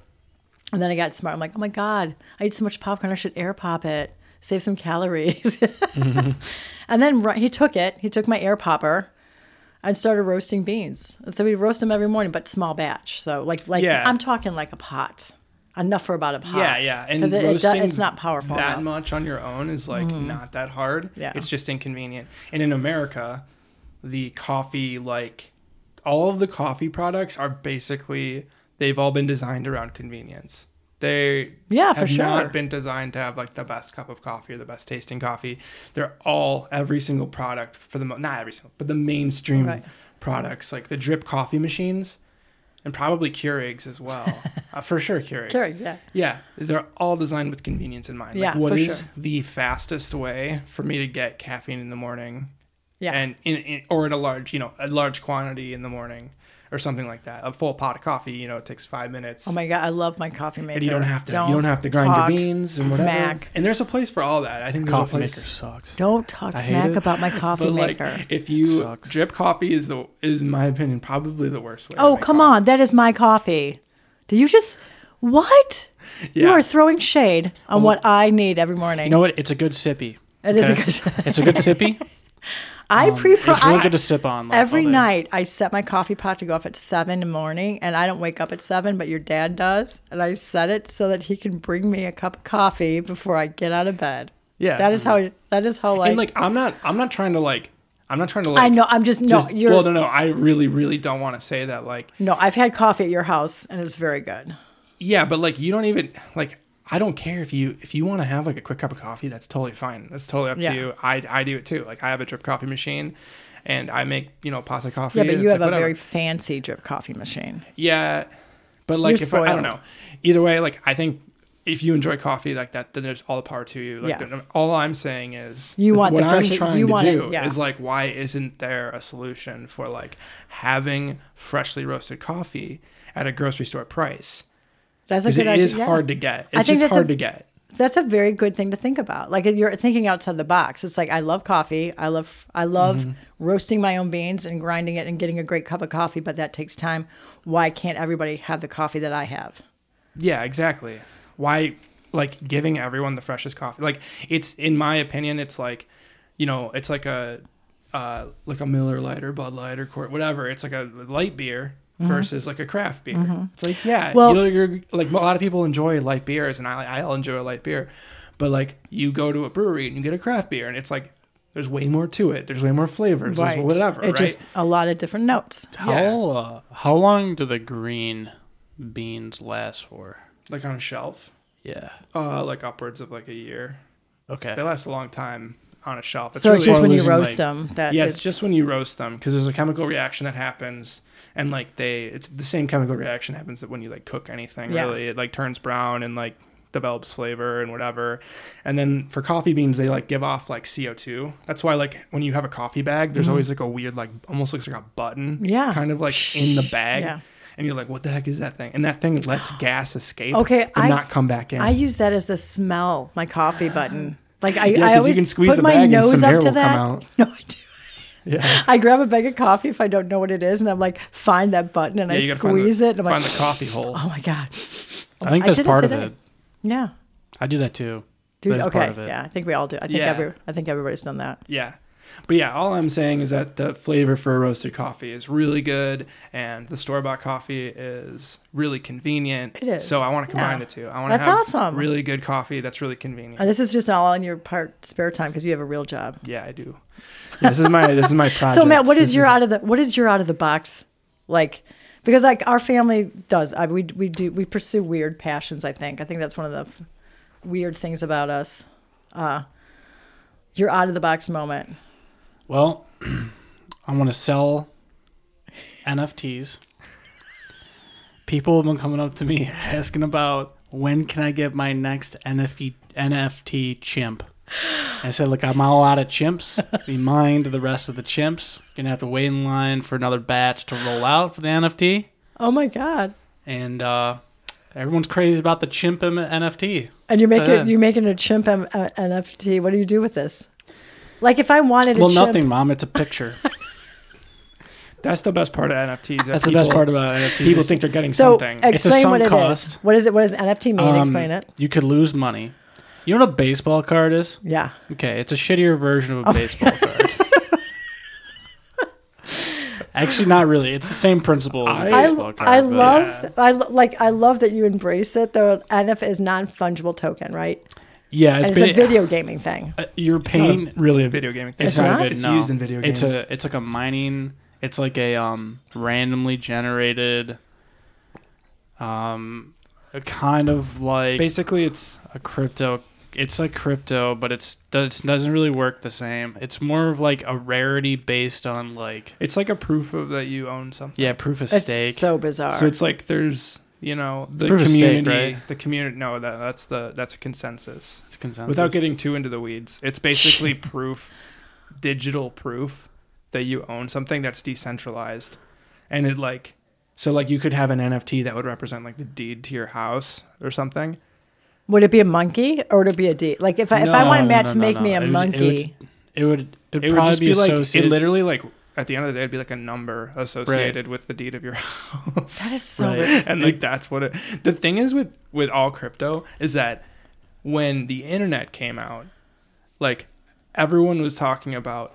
S1: and then I got smart. I'm like, oh my god, I eat so much popcorn, I should air pop it, save some calories. And then ri- he took it. He took my air popper and started roasting beans. And so we roast them every morning, but small batch. So like like
S3: Yeah.
S1: I'm talking like a pot. Enough for about a pot.
S3: yeah, yeah. And
S1: Because it, it do-
S3: roasting
S1: it's not powerful.
S3: that
S1: enough. Mm-hmm.
S3: much on your own is like not that hard.
S1: Yeah.
S3: it's just inconvenient. And in America, the coffee like all of the coffee products are basically they've all been designed around convenience. They
S1: Yeah, for
S3: have
S1: sure.
S3: not been designed to have like the best cup of coffee or the best tasting coffee. They're all every single product for the mo- not every single but the mainstream
S1: Right.
S3: products like the drip coffee machines and probably Keurigs as well. uh, for sure, Keurigs.
S1: Keurigs, yeah.
S3: Yeah, they're all designed with convenience in mind.
S1: Yeah,
S3: like, what
S1: for
S3: is
S1: sure.
S3: the fastest way for me to get caffeine in the morning?
S1: Yeah.
S3: and in, in or in a large, you know, a large quantity in the morning, or something like that. A full pot of coffee, you know, it takes five minutes.
S1: Oh my god, I love my coffee maker.
S3: and you don't have to. you don't have to grind
S1: talk
S3: your beans and whatever.
S1: Smack.
S3: And there's a place for all that. I think there's a
S2: Coffee
S3: place-
S2: maker sucks.
S1: Don't talk
S2: I hate
S1: smack
S2: it,
S1: about my coffee
S3: But like,
S1: maker.
S3: if you
S2: Sucks.
S3: drip coffee is the is in my opinion probably the worst way. to
S1: oh
S3: make
S1: come
S3: coffee.
S1: on, that is my coffee. Do you just what? You
S3: Yeah. Oh.
S1: are throwing shade on what I need every morning.
S2: You know what? It's a good sippy.
S1: it is
S3: okay.
S1: a good.
S2: It's a good sippy.
S1: I
S2: Um,
S1: pre
S2: It's really
S1: I,
S2: good to sip on. like,
S1: every
S2: all day.
S1: night I set my coffee pot to go off at seven in the morning, and I don't wake up at seven, but your dad does, and I set it so that he can bring me a cup of coffee before I get out of bed.
S3: Yeah.
S1: that is how. That is how like,
S3: and like I'm not I'm not trying to like I'm not trying to like
S1: I know. I'm just no.
S3: just-
S1: you're
S3: well no no I really really don't want to say that like
S1: no. I've had coffee at your house, and it's very good.
S3: yeah but like you don't even like I don't care if you if you want to have like a quick cup of coffee that's totally fine that's totally up
S1: Yeah.
S3: to you I I do it too like I have a drip coffee machine and I make you know pasta coffee
S1: Yeah, but you
S3: It's
S1: have
S3: like,
S1: a
S3: whatever.
S1: very fancy drip coffee machine.
S3: Yeah, but like
S1: You're
S3: if I, I
S1: spoiled.
S3: don't know. Either way, like I think if you enjoy coffee like that, then there's all the power to you. Like
S1: Yeah.
S3: then all I'm saying is
S1: You
S3: like,
S1: want
S3: what
S1: the
S3: I'm
S1: fresh-
S3: trying
S1: you
S3: to
S1: want it,
S3: do
S1: yeah.
S3: is like why isn't there a solution for like having freshly roasted coffee at a grocery store price?
S1: That's a
S3: Because
S1: good
S3: it
S1: idea.
S3: is
S1: yeah.
S3: hard to
S1: I
S3: get. It's
S1: think
S3: just
S1: that's a-
S3: hard to get.
S1: That's a very good thing to think about. Like you're thinking outside the box. It's like I love coffee. I love I love
S3: Mm-hmm.
S1: roasting my own beans and grinding it and getting a great cup of coffee, but that takes time. Why can't everybody have the coffee that I have?
S3: Yeah, exactly. Why like giving everyone the freshest coffee? Like it's in my opinion, it's like you know, it's like a uh, like a Miller Lite or Bud Light or Court, whatever. It's like a light beer versus like a craft beer. It's like yeah,
S1: Mm-hmm. Well-
S3: you're, you're- like a lot of people enjoy light beers, and I I'll enjoy a light beer, but like you go to a brewery and you get a craft beer, and it's like there's way more to it. There's way more flavors. There's whatever.
S1: It's
S3: right?
S1: just a lot of different notes.
S2: How uh, how long do the green beans last for?
S3: like on a shelf,
S2: Yeah.
S3: uh, like upwards of like a year.
S2: Okay.
S3: They last a long time on a shelf.
S1: so it's just
S2: really
S1: when you
S2: losing,
S1: roast
S2: like-
S1: them that
S3: yeah, it's just when you roast them because there's a chemical reaction that happens, and like they, it's the same chemical reaction happens that when you like cook anything.
S1: Yeah.
S3: Really, it like turns brown and like develops flavor and whatever. And then for coffee beans, they like give off like CO2. That's why like when you have a coffee bag, there's always like a weird like almost looks like a button.
S1: Mm-hmm. Yeah.
S3: kind of like in the bag.
S1: Yeah.
S3: And you're like, what the heck is that thing? And that thing lets gas escape.
S1: Okay,
S3: and
S1: I-
S3: not come back in.
S1: I use that as the smell, my coffee button. Like I,
S3: Yeah,
S1: I
S3: 'cause you
S1: always
S3: can squeeze
S1: put
S3: the
S1: my
S3: bag and
S1: nose
S3: some
S1: up
S3: air
S1: to
S3: will come
S1: that.
S3: out.
S1: No, I do.
S3: yeah.
S1: I grab a bag of coffee if I don't know what it is, and I'm like, find that button, and
S3: Yeah,
S1: I
S3: you gotta find the-
S1: squeeze it, and I'm
S3: find
S1: like,
S3: the coffee hole.
S1: oh my god.
S2: I think
S1: I
S2: that's
S1: did it
S2: part of
S1: today.
S2: it.
S1: Yeah.
S2: I do that too.
S1: Do
S2: That is
S1: okay.
S2: part of it.
S1: Yeah, I think we all do. I think
S3: Yeah.
S1: every I think everybody's done that.
S3: Yeah. But yeah, all I'm saying is that the flavor for a roasted coffee is really good and the store bought coffee is really convenient.
S1: It is.
S3: So I want to combine
S1: Yeah.
S3: the two. I want to
S1: That's
S3: have
S1: awesome.
S3: really good coffee that's really convenient.
S1: And this is just all on your part spare time because you have a real job.
S3: yeah, I do. Yeah, this is my this is my project.
S1: So Matt, what is
S3: This
S1: your out of the what is your out of the box like? Because like our family does, I, we we do we pursue weird passions. I think I think that's one of the f- weird things about us. Uh, your out of the box moment.
S2: Well, I want to sell NFTs. People have been coming up to me asking about when can I get my next E, NFT NFT chimp. I said, look, I'm all out of chimps. Be mind the rest of the chimps. Gonna have to wait in line for another batch to roll out for the NFT.
S1: Oh my god!
S2: And uh, everyone's crazy about the chimp M- NFT.
S1: And you're making
S2: Uh.
S1: you're making a chimp M- uh, NFT. What do you do with this? Like if I wanted a
S2: Well,
S1: chimp,
S2: nothing, mom. It's a picture.
S3: that's the best part of NFTs. that
S2: That's the best
S3: people-
S2: part about NFTs.
S3: People
S2: is
S3: think they're getting
S1: So
S3: something.
S1: explain
S2: It's a sunk
S1: what it is.
S2: cost.
S1: What is it? What does NFT mean?
S2: Um,
S1: explain it.
S2: You could lose money. You know what a baseball card is?
S1: Yeah.
S2: Okay, it's a shittier version of a baseball card. Actually, not really. It's the same principle as a
S3: I-
S1: I,
S2: baseball card.
S1: I
S2: but-
S1: love I lo- like I love that you embrace it. though. NFT is non fungible token, right?
S2: Yeah,
S1: And
S2: it's,
S1: it's
S2: been,
S1: a video gaming thing.
S2: uh, You're
S3: it's not
S2: paying.
S3: a- really a video game.
S2: It's,
S1: It's
S2: not,
S1: not?
S2: good.
S3: It's
S2: no.
S3: used in video
S2: It's
S3: games.
S2: a. It's like a mining. It's like a um randomly generated. Um, a kind of like
S3: basically it's
S2: a crypto it's like crypto, but it's does doesn't really work the same. It's more of like a rarity based on like
S3: It's like a proof of that you own something.
S2: yeah, proof of
S1: It's
S2: stake.
S1: so bizarre.
S3: So it's like there's you know the
S2: Proof of stake,
S3: community,
S2: right?
S3: the community. No, that, that's the that's a consensus.
S2: it's consensus.
S3: Without getting too into the weeds, it's basically proof, digital proof that you own something that's decentralized, and it like so like you could have an NFT that would represent like the deed to your house or something.
S1: would it be a monkey or would it be a D? Like if I, if I
S2: No,
S1: wanted
S2: no,
S1: Matt
S2: no,
S1: to
S2: no,
S1: make
S2: no.
S1: me a
S2: It would- it
S1: monkey,
S2: it would it would
S3: It would
S2: probably
S3: just
S2: be
S3: be like it
S2: associated.
S3: literally like at the end of the day it'd be like a number associated with the deed of your house.
S1: that is so.
S2: Right.
S1: weird.
S3: and like that's what it the thing is with with all crypto is that when the internet came out like everyone was talking about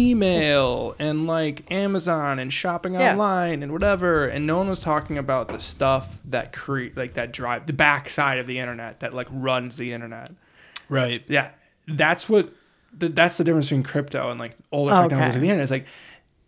S3: email and like amazon and shopping
S1: Yeah.
S3: online and whatever and no one was talking about the stuff that create like that drive the backside of the internet that like runs the internet
S2: right.
S3: yeah that's what th- that's the difference between crypto and like older
S1: Oh, Okay.
S3: technologies of the internet it's like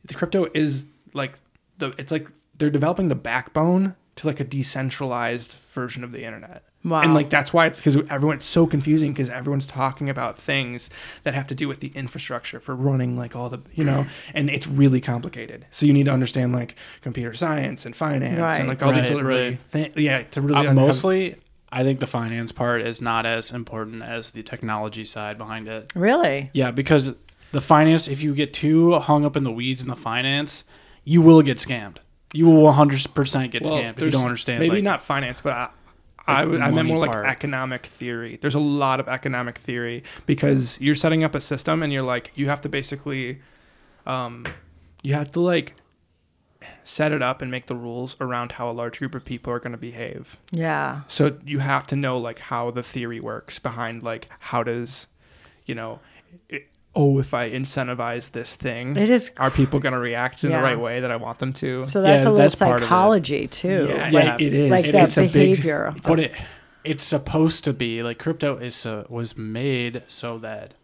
S3: the crypto is like the it's like they're developing the backbone to like a decentralized version of the internet
S1: Wow.
S3: and like that's why it's because everyone it's so confusing because everyone's talking about things that have to do with the infrastructure for running like all the you know and it's really complicated so you need to understand like computer science and finance
S1: Right.
S3: and like all these
S2: Right,
S3: other really
S2: right.
S3: thi- yeah to really
S2: Uh,
S3: understand-
S2: mostly, I think the finance part is not as important as the technology side behind it.
S1: Really?
S2: Yeah, because the finance, if you get too hung up in the weeds in the finance, you will get scammed. You will 100% get scammed if you
S3: there's-
S2: don't understand.
S3: Maybe
S2: like-
S3: not finance, but I, I,
S2: like,
S3: would- I meant
S2: money
S3: more like
S2: part.
S3: economic theory. There's a lot of economic theory because you're setting up a system and you're like, you have to basically, um, you have to like set it up and make the rules around how a large group of people are going to behave.
S1: Yeah.
S3: So you have to know like how the theory works behind like how does, you know, it, oh, if I incentivize this thing,
S1: It is.
S3: are people going to react in
S1: Yeah.
S3: the right way that I want them to?
S1: So that's
S2: Yeah,
S1: a little
S2: that's part of it.
S1: psychology too.
S3: Yeah,
S1: like,
S3: it- it is.
S1: Like
S3: It-
S1: that
S3: it's a big-
S1: behavior.
S2: But it, it's supposed to be like crypto is uh, was made so that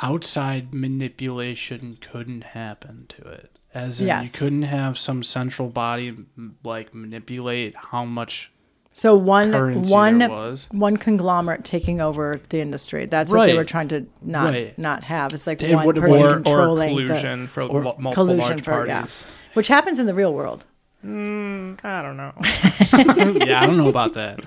S2: outside manipulation couldn't happen to it. As in, you
S1: Yes.
S2: couldn't have some central body m- like manipulate how much
S1: so one
S2: currency there
S1: one
S2: was.
S1: one conglomerate taking over the industry. That's what they
S2: Right.
S1: were trying to not
S2: Right.
S1: not have. It's like
S2: It
S1: one
S2: would-
S1: person
S2: or-
S3: or, or
S1: controlling the-
S3: collusion for lo- multiple
S1: collusion
S3: large
S1: for
S3: parties.
S1: yeah, which happens in the real world.
S3: Mm, I don't know.
S2: yeah, I don't know about that.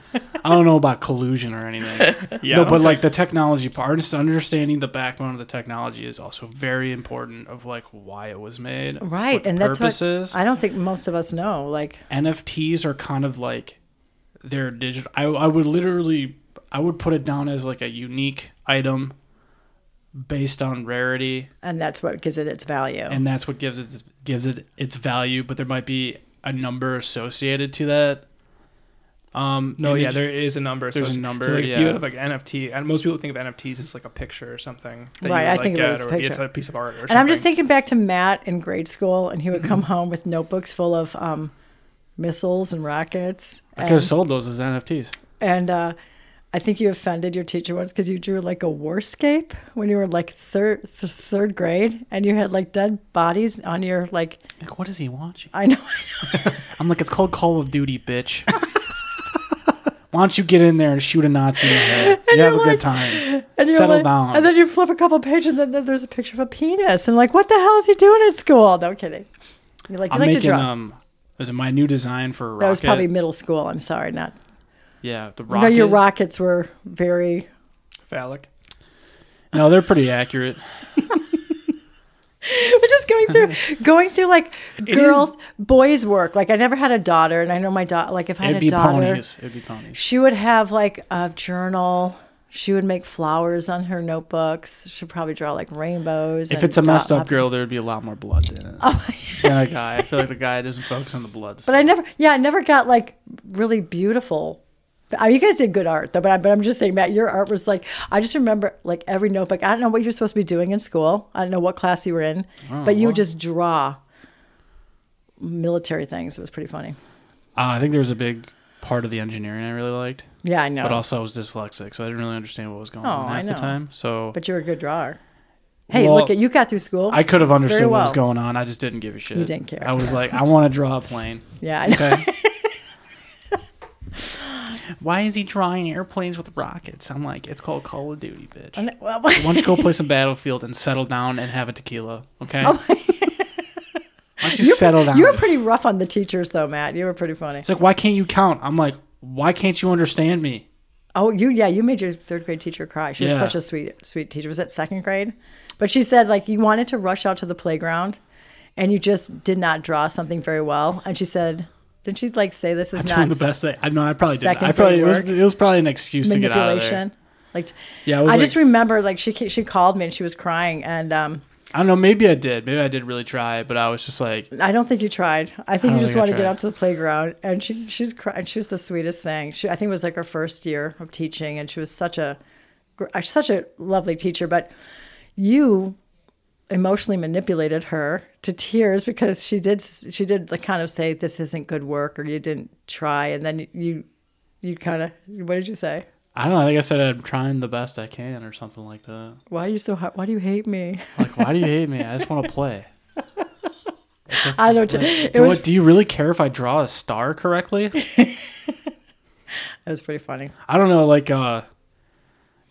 S2: I don't know about collusion or anything.
S3: Yeah,
S2: no, but like the technology part, just understanding the backbone of the technology is also very important of like why it was made,
S1: Right,
S2: what the
S1: and
S2: purposes.
S1: that's what I don't think most of us know. Like
S2: NFTs are kind of like they're digital. I, I would literally I would put it down as like a unique item based on rarity,
S1: and that's what gives it its value.
S2: and that's what gives it gives it its value. But there might be a number associated to that. Um,
S3: no,
S2: and
S3: yeah,
S2: it-
S3: there is a number.
S2: There's a
S3: it's-
S2: number,
S3: So like,
S2: yeah.
S3: If you have like NFT, and most people think of NFTs as like a picture or something. That
S1: Right,
S3: you
S1: I
S3: would, like,
S1: think of it
S3: get,
S1: as a
S3: or It's
S1: picture.
S3: a piece of art. Or
S1: and I'm just thinking back to Matt in grade school, and he would come
S2: Mm-hmm.
S1: home with notebooks full of um, missiles and rockets.
S2: I
S1: and-
S2: could have sold those as NFTs.
S1: And uh, I think you offended your teacher once because you drew like a warscape when you were like third th- third grade, and you had like dead bodies on your like.
S2: Like, what is he watching?
S1: I know.
S2: I'm like, it's called Call of Duty, bitch. Why don't you get in there and shoot a Nazi in the head? You have a good time.
S1: And you're
S2: Settle
S1: like,
S2: down.
S1: And then you flip a couple pages, and then there's a picture of a penis, and like, what the hell is he doing at school? No kidding. You're like, you
S2: I'm
S1: like to
S2: making
S1: draw.
S2: um, was it my new design for a rocket?
S1: that was probably middle school. I'm sorry, not.
S2: yeah. The
S1: No,
S2: rocket.
S1: your rockets were very.
S3: phallic.
S2: No, they're pretty accurate.
S1: We're just going through, going through like
S3: is-
S1: girls, boys' work. Like I never had a daughter, and I know my daughter. Like if I had
S2: It'd be
S1: a daughter,
S2: ponies. It'd be ponies.
S1: She would have like a journal. She would make flowers on her notebooks. She'd probably draw like rainbows.
S2: If
S1: and
S2: it's a messed
S1: dot-
S2: up girl, there'd be a lot more blood in it than a guy. I feel like the guy doesn't focus on the blood.
S1: Oh But I never, yeah, I never got like really beautiful. I mean, you guys did good art though, but, I, but I'm just saying, Matt, your art was like, I just remember like every notebook. I don't know what you're supposed to be doing in school. I don't know what class you were in, but you would just draw military things. It was pretty funny.
S2: Uh, I think there was a big part of the engineering I really liked,
S1: Yeah, I know.
S2: but also I was dyslexic, so I didn't really understand what was going
S1: Oh,
S2: on
S1: I
S2: half the
S1: know.
S2: time. So
S1: But you're a good drawer. Hey,
S2: Well,
S1: look at you got through school.
S2: I could have understood what was
S1: well.
S2: going on. I just didn't give a shit.
S1: didn't care.
S2: I was like, I want to draw a plane.
S1: yeah, I know.
S2: Okay. why is he drawing airplanes with rockets? I'm like, it's called Call of Duty, bitch.
S1: And- well,
S2: Why don't you go play some Battlefield and settle down and have a tequila, okay?
S1: Oh
S2: Why don't you
S1: you were-
S2: settle down?
S1: You were pretty rough on the teachers, though, Matt. You were pretty funny.
S2: It's like, why can't you count? I'm like, why can't you understand me?
S1: Oh, you yeah, you made your third grade teacher cry. She was
S2: Yeah.
S1: such a sweet, sweet teacher. Was that second grade? But she said like you wanted to rush out to the playground, and you just did not draw something very well. And she said, didn't she like say this is
S2: I'm
S1: not
S2: doing the best I, I know. I probably did.
S1: Second
S2: I probably
S1: grade
S2: it was,
S1: work.
S2: it was probably an excuse to get out of there.
S1: manipulation? Like
S2: Yeah, I
S1: I
S2: was like-
S1: just remember like she ca- she called me and she was crying and um
S2: I don't know. Maybe I did. Maybe I did really try, but I was just like,
S1: I don't think you tried. I think
S2: I
S1: you
S2: don't
S1: just
S2: think I
S1: wanted to get
S2: tried.
S1: out to the playground. And she she's crying. She was the sweetest thing. She I think it was like her first year of teaching, and she was such a gr- uh, such a lovely teacher. But you emotionally manipulated her to tears because she did s- she did like kind of say this isn't good work or you didn't try, and then you you kind of what did you say?
S2: I don't know. I think I said I'm trying the best I can or something like that.
S1: Why are you so hot? Why do you hate me?
S2: Like, why do you hate me? I just want to play.
S1: I don't. It
S2: Do,
S1: was
S2: do you really care if I draw a star correctly?
S1: it was pretty funny.
S2: I don't know, like uh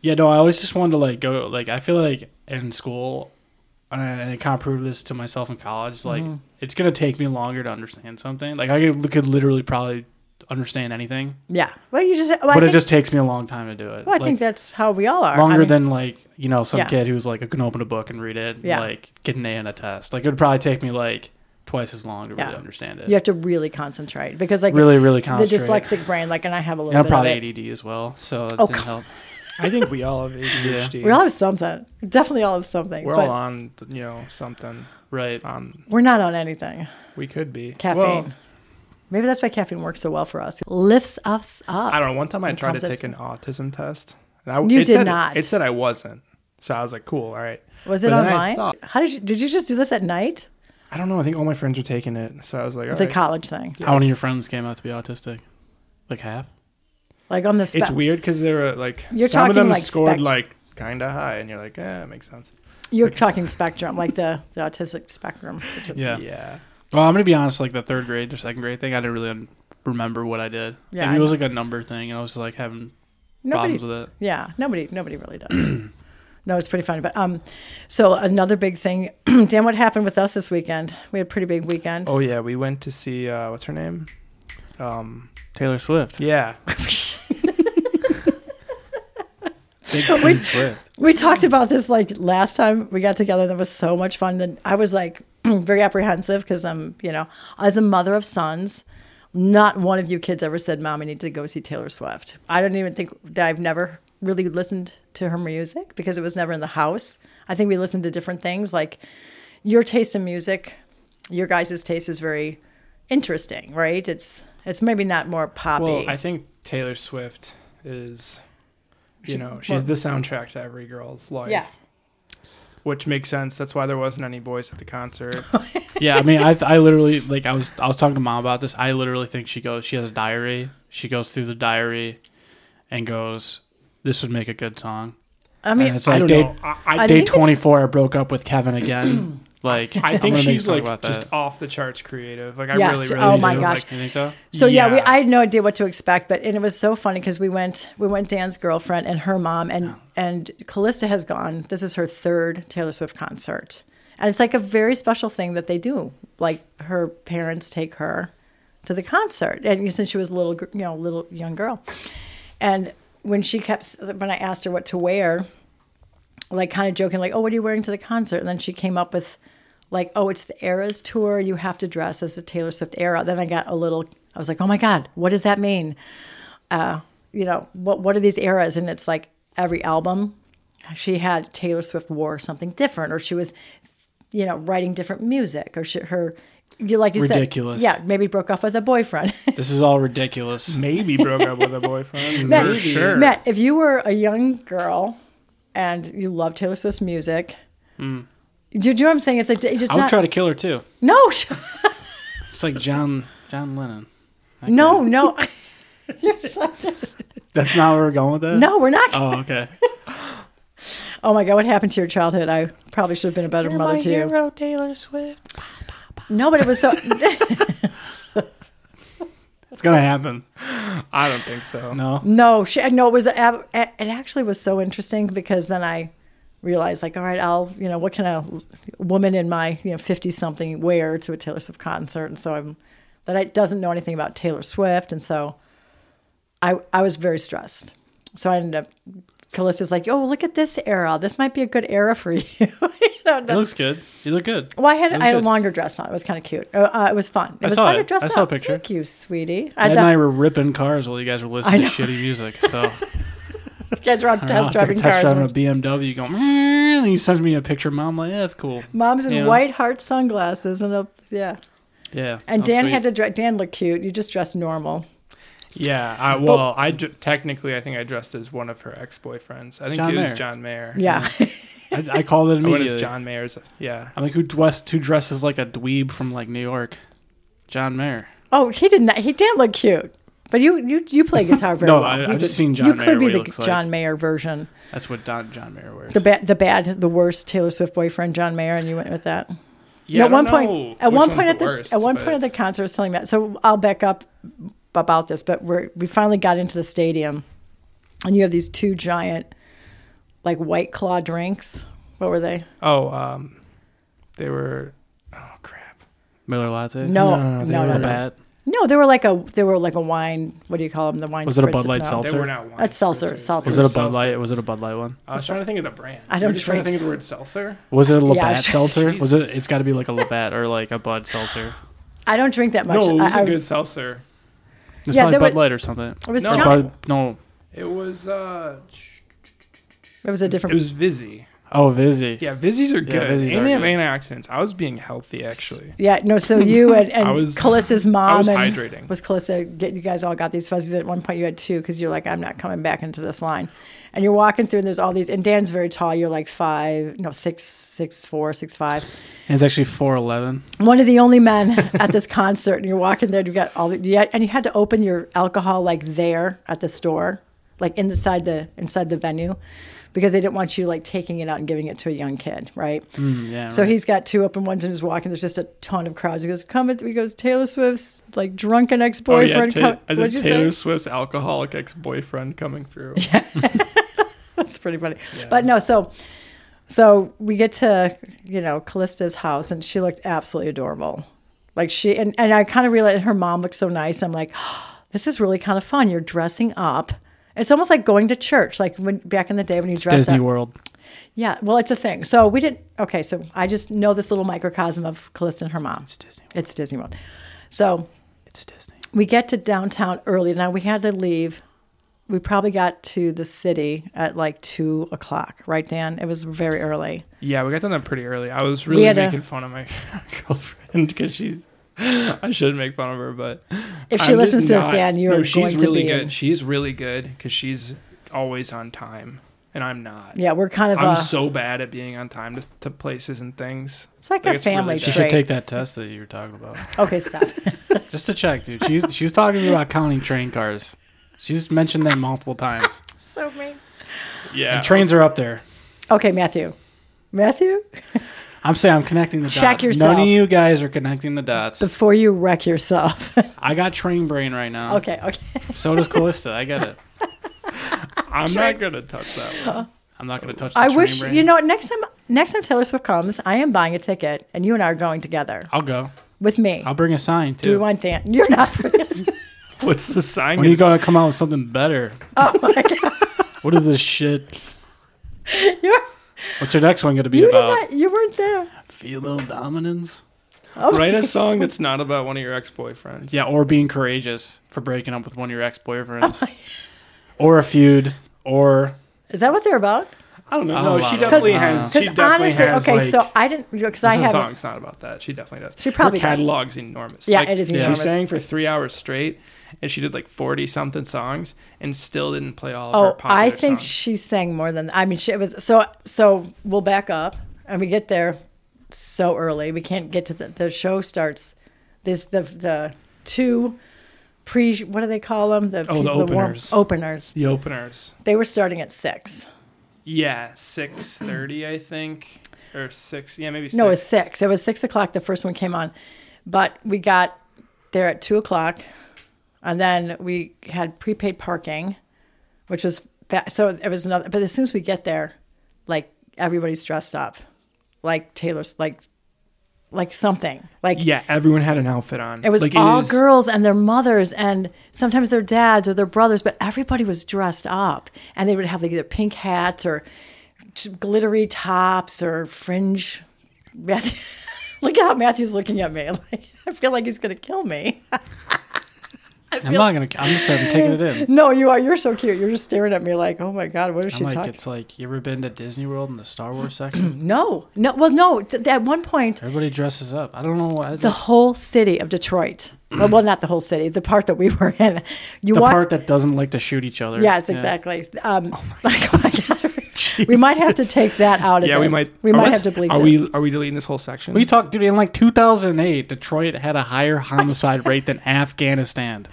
S2: yeah, no, I always just wanted to like go like I feel like in school and I, and I kind of proved this to myself in college, like
S1: Mm-hmm.
S2: it's gonna take me longer to understand something. Like I could, could literally probably understand anything.
S1: Yeah. Well, you just. Well, I
S2: but
S1: think,
S2: it just takes me a long time to do it.
S1: Well, I
S2: Like,
S1: think that's how we all are. I
S2: longer
S1: mean-
S2: than like, you know, some
S1: Yeah.
S2: kid who's like can open a book and read it and
S1: Yeah.
S2: like get an A on a test. Like it would probably take me like twice as long to
S1: Yeah.
S2: really understand it.
S1: You have to really concentrate because like
S2: Really, really
S1: the
S2: concentrate.
S1: dyslexic brain, like, and I have a little
S2: and I'm
S1: bit of
S2: probably
S1: it.
S2: ADD as well, so it
S1: Oh,
S2: didn't
S1: God.
S2: help.
S3: I think we all have ADHD.
S1: We all have something. Definitely all have something.
S3: We're
S1: but
S3: all on, you know, something.
S2: Right.
S3: Um,
S1: we're not on anything.
S3: we could be.
S1: Caffeine. Maybe that's why caffeine works so well for us. It lifts us up.
S3: I don't know. One time I
S1: And
S3: tried to
S1: Tom says-
S3: take an autism test. And I,
S1: You
S3: it
S1: did
S3: said,
S1: not.
S3: It said I wasn't. So I was like, cool, all right.
S1: Was it
S3: But then I
S1: online?
S3: thought-
S1: How did you did you just do this at night?
S3: I don't know. I think all my friends were taking it. So I was like, all
S1: It's a
S3: right.
S1: college thing.
S2: How many of your friends came out to be autistic? Like half?
S1: Like on the
S3: it's
S1: spec.
S3: weird because they were like,
S1: You're
S3: some
S1: talking
S3: of them
S1: like
S3: scored
S1: spec-
S3: like kind of high. And you're like, eh, it makes sense.
S1: You're talking spectrum, like the, the autistic spectrum. Which is,
S2: Yeah.
S3: yeah.
S2: Well, I'm gonna be honest. Like the third grade or second grade thing, I didn't really un- remember what I did.
S1: Yeah,
S2: Yeah,
S1: I
S2: it was like a number thing, and I was like having
S1: Nobody
S2: problems with it.
S1: Yeah, nobody, nobody really does. no, it's pretty funny. But um, so another big thing, Dan. What happened with us this weekend? We had a pretty big weekend.
S3: Oh, yeah. We went to see, uh, what's her name? Um,
S2: Taylor Swift.
S3: yeah.
S2: Big Taylor Swift.
S1: We talked about this like last time we got together. That was so much fun, and I was like very apprehensive because I'm, you know, as a mother of sons, not one of you kids ever said, "Mom, I need to go see Taylor Swift." I don't even think that I've never really listened to her music because it was never in the house. I think we listened to different things. Like your taste in music, your guys' taste is very interesting, right? It's it's maybe not more poppy.
S3: Well, I think Taylor Swift is, you know, she's the soundtrack to every girl's life.
S1: Yeah.
S3: Which makes sense. That's why there wasn't any boys at the concert.
S2: Yeah, I mean, I I literally like I was I was talking to mom about this. I literally think she goes. She has a diary. She goes through the diary, and goes, "This would make a good song."
S1: I
S2: and
S1: mean,
S2: it's
S3: I
S2: like
S3: don't
S2: day
S3: know. I, I,
S1: I
S2: day
S1: think it's-
S2: 24. I broke up with Kevin again. like
S3: I
S2: I'm gonna
S3: think
S2: make a
S3: she's
S2: song
S3: like
S2: about
S3: just
S2: that.
S3: off the charts creative. Like I
S1: Yes,
S3: really, really
S1: oh
S3: do.
S1: my
S3: Like,
S1: gosh.
S2: You think so?
S1: So yeah, we,
S3: Yeah.
S1: I had no idea what to expect, but and it was so funny because we went we went Dan's girlfriend and her mom and and Callista has gone. This is her third Taylor Swift concert, and it's like a very special thing that they do. Like her parents take her to the concert, and since she was a little gr- you know little young girl, and when she kept when I asked her what to wear, like kind of joking, like, "Oh, what are you wearing to the concert?" And then she came up with, like, "Oh, it's the Eras tour. You have to dress as the Taylor Swift era." Then I got a little. I was like, "Oh my God, what does that mean?" Uh, you know, what what are these eras? And it's like every album, she had Taylor Swift wore something different, or she was, you know, writing different music, or she, her, you like you
S2: Ridiculous.
S1: said, yeah, maybe broke off with a boyfriend.
S2: This is all ridiculous.
S3: Maybe broke up with a boyfriend.
S1: Matt,
S3: for sure.
S1: Matt, if you were a young girl and you love Taylor Swift's music, do, do you know what I'm saying? It's like it's
S2: Hmm. I would
S1: not.
S2: try to kill her too.
S1: no, sh-
S2: It's like John John Lennon.
S1: no, no. You're so-
S2: That's not where we're going with that.
S1: no, we're not.
S2: Oh, okay.
S1: Oh my God, what happened to your childhood? I probably should have been a better mother to you.
S2: Taylor Swift.
S1: No, but it was so.
S2: It's gonna happen.
S3: I don't think so.
S2: No.
S1: No, she, no, it was ab- it actually was so interesting because then I realized like, all right, I'll you know what can a woman in my you know fifty something wear to a Taylor Swift concert, and so I'm that I doesn't know anything about Taylor Swift, and so I I was very stressed, so I ended up. Calissa's like, oh, look at this era. This might be a good era for you. you know,
S2: It looks good. You look good.
S1: well, I had
S2: It
S1: I had
S2: was
S1: a
S2: good.
S1: longer dress on. It was kind of cute. Uh, uh, it was fun. It was
S2: saw
S1: fun to
S2: it.
S1: dress
S2: I saw a
S1: up.
S2: picture.
S1: Thank you, sweetie. I
S2: Dad and
S1: thought
S2: I were ripping cars while you guys were listening to
S1: know.
S2: shitty music. So
S1: you guys were on
S2: I don't know,
S1: test
S2: I took a
S1: driving
S2: test
S1: cars.
S2: driving a BMW, going, "Meh," and he sends me a picture. Mom, like, yeah, that's cool.
S1: Mom's in
S2: Yeah.
S1: white heart sunglasses and a yeah.
S2: Yeah.
S1: And
S2: Oh,
S1: Dan
S2: sweet.
S1: had to dress. Dan looked cute. You just dressed normal.
S3: Yeah. I, well, I ju- technically I think I dressed as one of her ex boyfriends. I think
S2: John
S3: it was
S2: Mayer.
S3: John Mayer.
S2: Mm-hmm.
S1: Yeah.
S2: I, I called it
S3: I went as
S2: immediately.
S3: John Mayer's. Yeah.
S2: I'm like, who dress who dresses like a dweeb from like New York? John Mayer.
S1: oh, he did not. He did look cute. But you you you play guitar very
S2: No,
S1: well.
S2: I-
S1: You
S2: I've
S1: could-
S2: just seen John
S1: You
S2: Mayer,
S1: could be
S2: what he
S1: the
S2: looks like.
S1: John Mayer version.
S2: That's what Don, John Mayer wears.
S1: The bad, the bad, the worst Taylor Swift boyfriend, John Mayer, and you went with that. at
S2: at
S3: Yeah. I don't
S1: one point, at
S3: know which
S1: one
S3: one's
S1: point at the
S3: worst,
S1: at one
S3: but-
S1: point at the concert, I was telling Matt. So I'll back up about this, but we are we finally got into the stadium, and you have these two giant, like white claw drinks. What were they?
S3: Oh, um, they were. Oh crap.
S2: Miller lattes.
S1: No,
S3: no,
S1: no,
S3: no, they
S1: no,
S3: were
S1: no,
S2: A
S3: bad.
S2: bat.
S1: No, they were like a they were like a wine. What do you call them? The wine.
S2: Was it a Bud
S1: spritz-
S2: Light
S1: no.
S2: seltzer?
S3: They were not wine.
S1: That's seltzer,
S3: spritzers.
S1: seltzer.
S2: Was it a Bud Light? Was it a Bud Light one?
S3: I was trying to think of the brand.
S1: I
S3: We're
S1: don't
S3: just trying
S1: drink-
S3: to think of the word seltzer.
S2: Was it a Labatt
S1: Yeah, I was-
S2: seltzer? Was it? It's got to be like a Labatt or like a Bud seltzer.
S1: I don't drink that much.
S3: No, it was
S1: I,
S3: a
S1: I-
S3: good seltzer.
S2: It's
S1: Yeah,
S2: probably
S1: there
S2: Bud
S1: were-
S2: Light or something.
S1: It was
S3: No.
S1: John-
S2: Bud, no.
S3: It was. uh
S1: It was a
S3: It
S1: different.
S3: was Vizzy.
S2: Oh, Vizzy.
S3: Yeah, Vizzies are good.
S2: Vizzies
S3: and
S2: are
S3: they have
S2: good.
S3: antioxidants. I was being healthy actually.
S1: yeah, no. So you and, and
S3: I was-
S1: Calissa's mom
S3: I was
S1: and
S3: hydrating.
S1: was Calissa. Get, you guys all got these fuzzies at one point. You had two because you're like, I'm not coming back into this line. And you're walking through, and there's all these. And Dan's very tall. You're like five, no, six, six, four, six, five.
S2: And It's actually four eleven.
S1: One of the only men at this concert, and you're walking there. And you got all the you had, and you had to open your alcohol like there at the store, like inside the inside the venue, because they didn't want you like taking it out and giving it to a young kid, right?
S2: Mm, yeah.
S1: So
S2: right.
S1: he's got two open ones and he's walking. There's just a ton of crowds. He goes, "Come!" with-" He goes, "Taylor Swift's like drunken
S3: Oh yeah,
S1: ex-boyfriend."
S3: ta-
S1: come-
S3: as a
S1: What'd you
S3: Taylor
S1: say?
S3: Swift's alcoholic ex-boyfriend coming through.
S1: That's pretty funny. But no, so so we get to you know Callista's house and she looked absolutely adorable. Like she and and I kind of realized her mom looked so nice. I'm like, "Oh, this is really kind of fun. You're dressing up. It's almost like going to church, like when back in the day when you dressed
S2: Disney
S1: up.
S2: World.
S1: Yeah, well, it's a thing. So we didn't. Okay, so I just know this little microcosm of Callista and her mom.
S2: It's Disney.
S1: It's Disney World. So
S2: It's Disney.
S1: we get to downtown early. Now we had to leave. We probably got to the city at like two o'clock, right, Dan? It was very early.
S3: Yeah, we got done that pretty early. I was
S1: We
S3: really
S1: had a-
S3: making fun of my girlfriend because she's. I should make fun of her, but
S1: If she
S3: I'm just
S1: listens to this,
S3: not-
S1: Dan, you're
S3: no, she's
S1: going
S3: really
S1: to be.
S3: good. She's really good because she's always on time, and I'm not.
S1: Yeah, we're kind of.
S3: I'm
S1: uh
S3: so bad at being on time to, to places and things.
S1: it's like,
S3: like,
S1: a
S3: it's really
S1: family
S3: bad.
S2: She
S3: She
S2: should
S1: trait.
S2: take that test that you were talking about.
S1: okay, stop.
S2: Just to check, dude. She she was talking about counting train cars. She's mentioned that multiple times.
S1: so mean.
S3: Yeah,
S2: And trains are up there.
S1: Okay, Matthew. Matthew,
S2: I'm saying I'm connecting the
S1: Check
S2: dots.
S1: yourself.
S2: None of you guys are connecting the dots.
S1: before you wreck yourself.
S2: I got train brain right now.
S1: okay, okay.
S2: So does Callista. I get it.
S3: I'm not gonna touch that. One.
S2: I'm not gonna touch. The
S1: I
S2: train
S1: wish
S2: brain.
S1: you know. Next time, next time Taylor Swift comes, I am buying a ticket, and you and I are going together
S2: I'll go.
S1: with me.
S2: I'll bring a sign too.
S1: Do we want Dan? You're not.
S3: What's the sign?
S2: when are you
S3: gonna
S2: gonna come out with something better?
S1: oh my god.
S2: What is this shit?
S1: You're,
S2: What's your next one gonna be
S1: you did
S2: about?
S1: not. You weren't there.
S2: Female dominance.
S1: Oh,
S3: write a song that's not about one of your ex-boyfriends?
S2: Yeah, or being courageous for breaking up with one of your
S1: Oh,
S2: ex-boyfriends, or a feud, or
S1: Is that what they're about?
S3: I don't know.
S2: I
S3: No,
S2: don't
S3: she
S2: know.
S3: definitely
S1: 'Cause-
S3: has. She
S1: Because
S3: definitely
S1: honestly,
S3: has.
S1: okay,
S3: like,
S1: so I didn't because I
S3: This is-
S1: haven't.
S3: song's not about that. She definitely does.
S1: She probably
S3: Her
S1: does.
S3: catalog's enormous.
S1: Yeah,
S3: Like,
S1: it is
S2: Yeah.
S1: enormous.
S3: She sang for three hours straight, and she did like forty something songs, and still didn't play all of her
S1: Oh,
S3: popular
S1: I think
S3: songs.
S1: she sang more than. I mean, she it was so. So we'll back up and we get there so early. We can't get to the the show starts. This the the two pre. What do they call them? The
S3: Oh, the
S1: pe- warm-
S3: openers.
S1: openers.
S3: the openers.
S1: They were starting at six.
S3: Yeah, six thirty, I think, or six. Yeah, maybe.
S1: No, it was
S3: six.
S1: six. It was six o'clock. The first one came on, but we got there at two o'clock. And then we had prepaid parking, which was fa- so it was another. But as soon as we get there, like everybody's dressed up, like Taylor's, like like something, like
S3: Yeah, everyone had an outfit on.
S1: it was
S3: like,
S1: all
S3: is-
S1: girls and their mothers and sometimes their dads or their brothers, but everybody was dressed up and they would have like either pink hats or t- glittery tops or fringe. Matthew, look at how Matthew's looking at me. Like I feel like he's gonna kill me.
S2: I'm not gonna. I'm just I'm taking it in.
S1: No, you are. You're so cute. You're just staring at me like, oh my god, what is she
S2: I'm like,
S1: talking?
S2: it's like you ever been to Disney World in the Star Wars section?
S1: No, no. Well, no. t- At one point,
S2: Everybody dresses up. I don't know why.
S1: the
S2: The,
S1: whole city of Detroit. well, well, not the whole city. The part that we were in. You walk-
S2: part that doesn't like to shoot each other.
S1: Yes,
S2: Yeah.
S1: exactly. Um, like, oh my God. we might have to take that out of
S3: Yeah, we
S1: this.
S3: might.
S1: We
S3: are
S1: might have to bleep
S3: Are
S1: this.
S3: we? Are we deleting this whole section?
S2: We talked, dude. In like 2008, Detroit had a higher homicide rate than Afghanistan.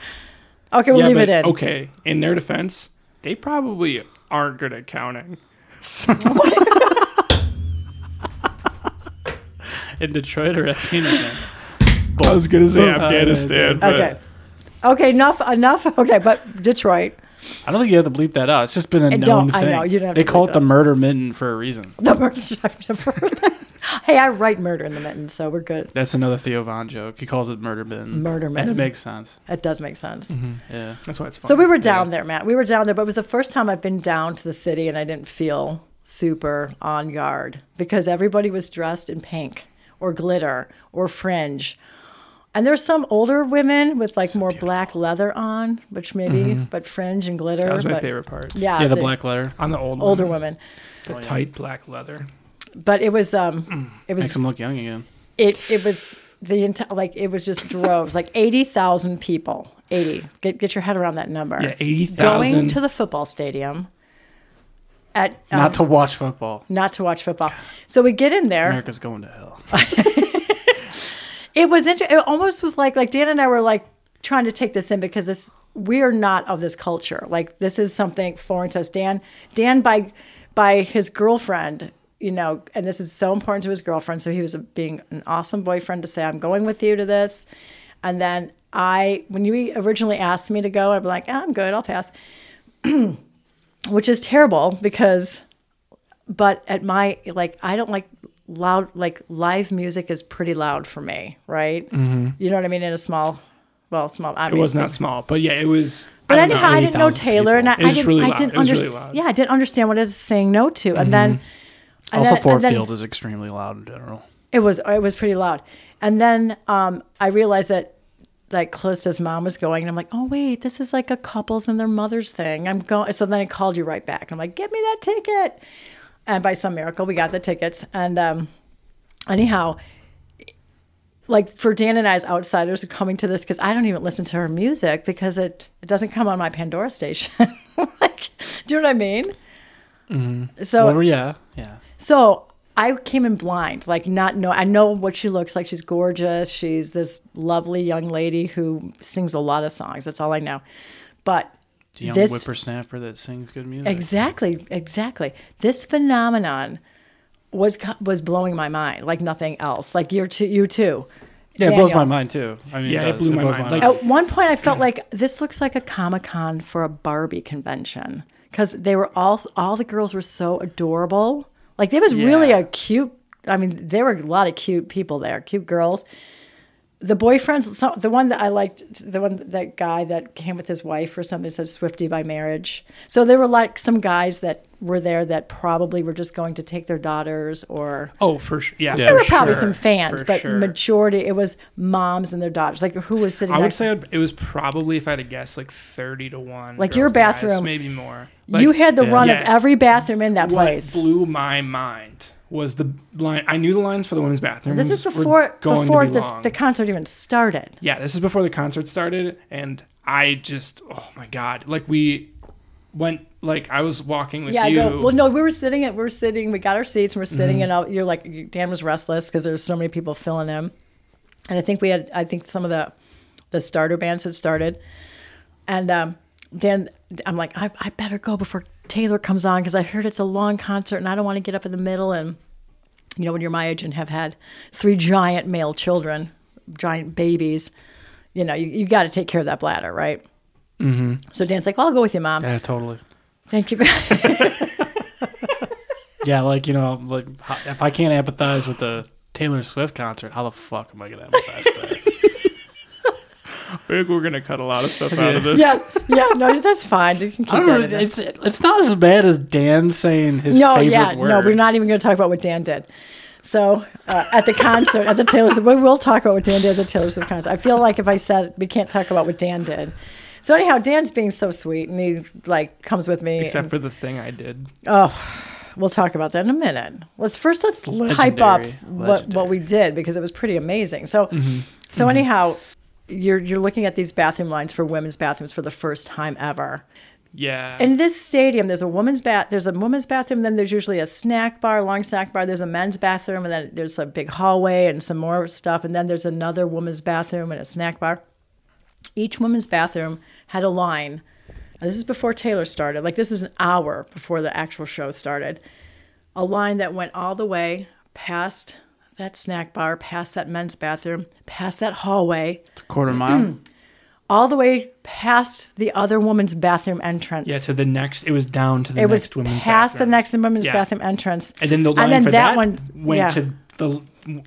S1: okay, we'll
S3: yeah,
S1: leave
S3: but,
S1: it in.
S3: Okay. In their defense, they probably aren't good at counting.
S2: In Detroit or Afghanistan?
S3: I was gonna say
S2: Uh,
S3: Afghanistan. but-
S1: Oh, Okay. Okay, enough, enough. Okay, but Detroit,
S2: I don't think you have to bleep that out. It's just been a known
S1: don't- I
S2: thing.
S1: know, you don't have
S2: they
S1: to
S2: call
S1: bleep
S2: it
S1: that
S2: the murder mitten for a reason.
S1: the murder. I've never heard that. Hey, I write murder in the mitten, so we're good.
S2: That's another Theo Von joke. He calls it murder mitten.
S1: Murder
S2: And it
S1: mitten.
S2: makes sense.
S1: That does make sense.
S2: Yeah.
S3: That's why it's fun.
S1: So we were down there, Matt. We were down there, but it was the first time I've been down to the city and I didn't feel super on guard because everybody was dressed in pink or glitter or fringe. And there's some older women with like more black leather on, which maybe, but fringe and glitter.
S3: Mm-hmm. That was my
S1: but-
S3: favorite part.
S1: Yeah,
S2: yeah, the black letter.
S3: On the old
S1: older
S3: one,
S1: women.
S3: the tight black leather.
S1: But it was,
S3: Mm.
S1: um, it was
S2: Makes him look young again.
S1: it it was the entire like it was just droves like 80,000 people 80 get get your head around that number
S3: Yeah, eighty
S1: going
S3: thousand.
S1: to the football stadium at um,
S2: Not to watch football.
S1: not to watch football so we get in there
S2: America's going to hell.
S1: it was interesting it almost was like like Dan and I were like trying to take this in because this we are not of this culture like this is something foreign to us Dan Dan by by his girlfriend you know and this is so important to his girlfriend so he was being an awesome boyfriend to say I'm going with you to this and then I when you originally asked me to go I'm like "Ah, I'm good I'll pass which is terrible because but at my like i don't like loud like live music is pretty loud for me right you know what i mean in a small well small i
S3: It
S1: mean
S3: was not small, but yeah, it was.
S1: but
S3: don't know.
S1: anyhow, I didn't know
S2: 80,000
S1: Taylor, and I, I
S2: people.
S3: It was
S1: didn't,
S3: really
S1: I
S3: loud.
S1: didn't
S3: It was really
S1: understand.
S3: loud.
S1: yeah, I didn't understand what it was saying no to, and then and
S2: also,
S1: then-
S2: Ford
S1: and then-
S2: Field is extremely loud in general.
S1: it was it was pretty loud. And then um, I realized that like Callista's mom was going, and I'm like, oh wait, this is like a couples and their mothers thing. I'm going. So then I called you right back, and I'm like, get me that ticket. And by some miracle, we got the tickets. And um, anyhow, like for Dan and I as outsiders coming to this because I don't even listen to her music because it, it doesn't come on my Pandora station. like, do you know what I mean? So
S2: Well, yeah. Yeah.
S1: so I came in blind, like not know. I know what she looks like. She's gorgeous. She's this lovely young lady who sings a lot of songs. That's all I know. But
S2: The young
S1: this
S2: whippersnapper that sings good music.
S1: exactly, exactly, this phenomenon was co- was blowing my mind like nothing else. Like you're too, you too.
S2: yeah, it blows
S1: Daniel. Oh.
S2: my mind, too. I mean,
S3: Yeah, it
S2: does.
S3: blew my
S2: blows
S3: mind.
S1: At one point, I felt like this looks like a Comic Con for a Barbie convention because they were all all the girls were so adorable. Like there was really
S3: Yeah.
S1: a cute. I mean, there were a lot of cute people there, cute girls. The boyfriends, so, the one that I liked, the one that guy that came with his wife or something said Swifty by marriage. So there were like some guys that were there that probably were just going to take their daughters or
S3: Oh, for sure. Yeah,
S2: There
S1: there
S3: for
S1: were probably
S3: sure,
S1: some fans,
S3: for
S1: but
S3: sure.
S1: majority it was moms and their daughters. Like who was sitting?
S3: I would
S1: next-
S3: say it was probably, if I had to guess, like thirty to one.
S1: Like
S3: girls
S1: your
S3: to guys,
S1: bathroom.
S3: maybe more.
S1: you
S3: Like,
S1: had the
S2: Yeah.
S1: run of
S3: Yeah.
S1: every bathroom in that
S3: what
S1: place.
S3: blew my mind was the line. I knew the lines for the women's bathroom.
S1: This is before before the, the concert even started.
S3: yeah, this is before the concert started, and I just, oh my god, like we went, like I was walking with
S1: Yeah, I
S3: you.
S1: go, well, no, we were sitting at we were sitting. We got our seats and we're sitting, and I, you're like Dan was restless because there's so many people filling him, and I think we had I think some of the the starter bands had started, and um, Dan, I'm like I, I better go before Taylor comes on because I heard it's a long concert and I don't want to get up in the middle and you know when you're my age and have had three giant male children, giant babies. you know, you, you got to take care of that bladder, right? Mm-hmm. So Dan's like, well, I'll go with you, mom.
S2: Yeah, totally.
S1: Thank you.
S2: Yeah, like you know, like how- if I can't empathize with the Taylor Swift concert, how the fuck am I gonna empathize with that?
S3: I think we're gonna cut a lot of stuff out of this.
S1: yeah, yeah, no, that's fine. You can keep
S2: I don't
S1: that
S2: know.
S1: in there.
S2: It's it's not as bad as Dan saying his
S1: no,
S2: favorite
S1: yeah,
S2: word.
S1: no, we're not even going to talk about what Dan did. So uh, at the concert, at the Taylor Swift, we will talk about what Dan did at the Taylor Swift concert. I feel like if I said we can't talk about what Dan did. So anyhow, Dan's being so sweet, and he like comes with me.
S3: Except
S1: and-
S3: for the thing I did.
S1: oh, we'll talk about that in a minute. Let's first let's hype up
S2: Legendary, Mm-hmm,
S1: what what we did because it was pretty amazing. So so anyhow, you're you're looking at these bathroom lines for women's bathrooms for the first time ever.
S3: Yeah.
S1: In this stadium, there's a woman's bath, there's a woman's bathroom, then there's usually a snack bar, long snack bar, there's a men's bathroom, and then there's a big hallway and some more stuff, and then there's another woman's bathroom and a snack bar. Each woman's bathroom had a line. Now, this is before Taylor started. Like this is an hour before the actual show started. A line that went all the way past that snack bar, past that men's bathroom, past that hallway,
S2: It's a quarter mile.
S1: all the way past the other woman's bathroom entrance
S3: yeah. To the next, it was down to the
S1: it was
S3: next women's
S1: past
S3: bathroom.
S1: the next women's
S3: Yeah.
S1: bathroom entrance.
S3: and then the line
S1: then
S3: for
S1: that
S3: that,
S1: one-
S3: went
S1: yeah.
S3: to the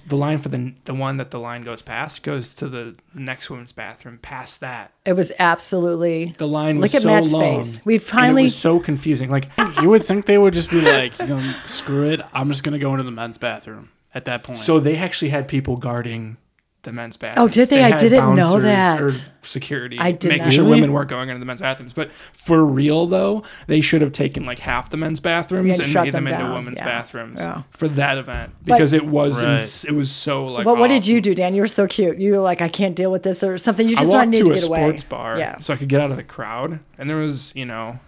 S3: the line for the the one that the line goes past goes to the next woman's bathroom. Past that,
S1: It was absolutely
S3: the line was
S1: Look at
S3: so
S1: Matt's
S3: long.
S1: face. We
S3: and
S1: finally-
S3: it was so confusing. Like
S2: you would think they would just be like, you know, screw it. I'm just gonna go into the men's bathroom at that point.
S3: so, they actually had people guarding the men's bathroom.
S1: Oh, did they? I didn't know that.
S3: Or security.
S1: I did
S3: making
S1: not-
S3: sure
S1: Really?
S3: women weren't going into the men's bathrooms. But for real though, they should have taken like half the men's bathrooms
S1: And
S3: and,
S1: shut
S3: made
S1: them
S3: them, into
S1: down.
S3: women's
S1: Yeah.
S3: bathrooms
S1: Yeah.
S3: for that event because it was
S2: Right.
S3: ins- it was so like.
S1: But what
S3: off.
S1: did you do, Dan? You were so cute. You were like, I can't deal with this or something. You
S3: I
S1: just wanted
S3: walked to,
S1: to
S3: a
S1: get away.
S3: sports bar
S1: Yeah.
S3: so I could get out of the crowd, and there was you know,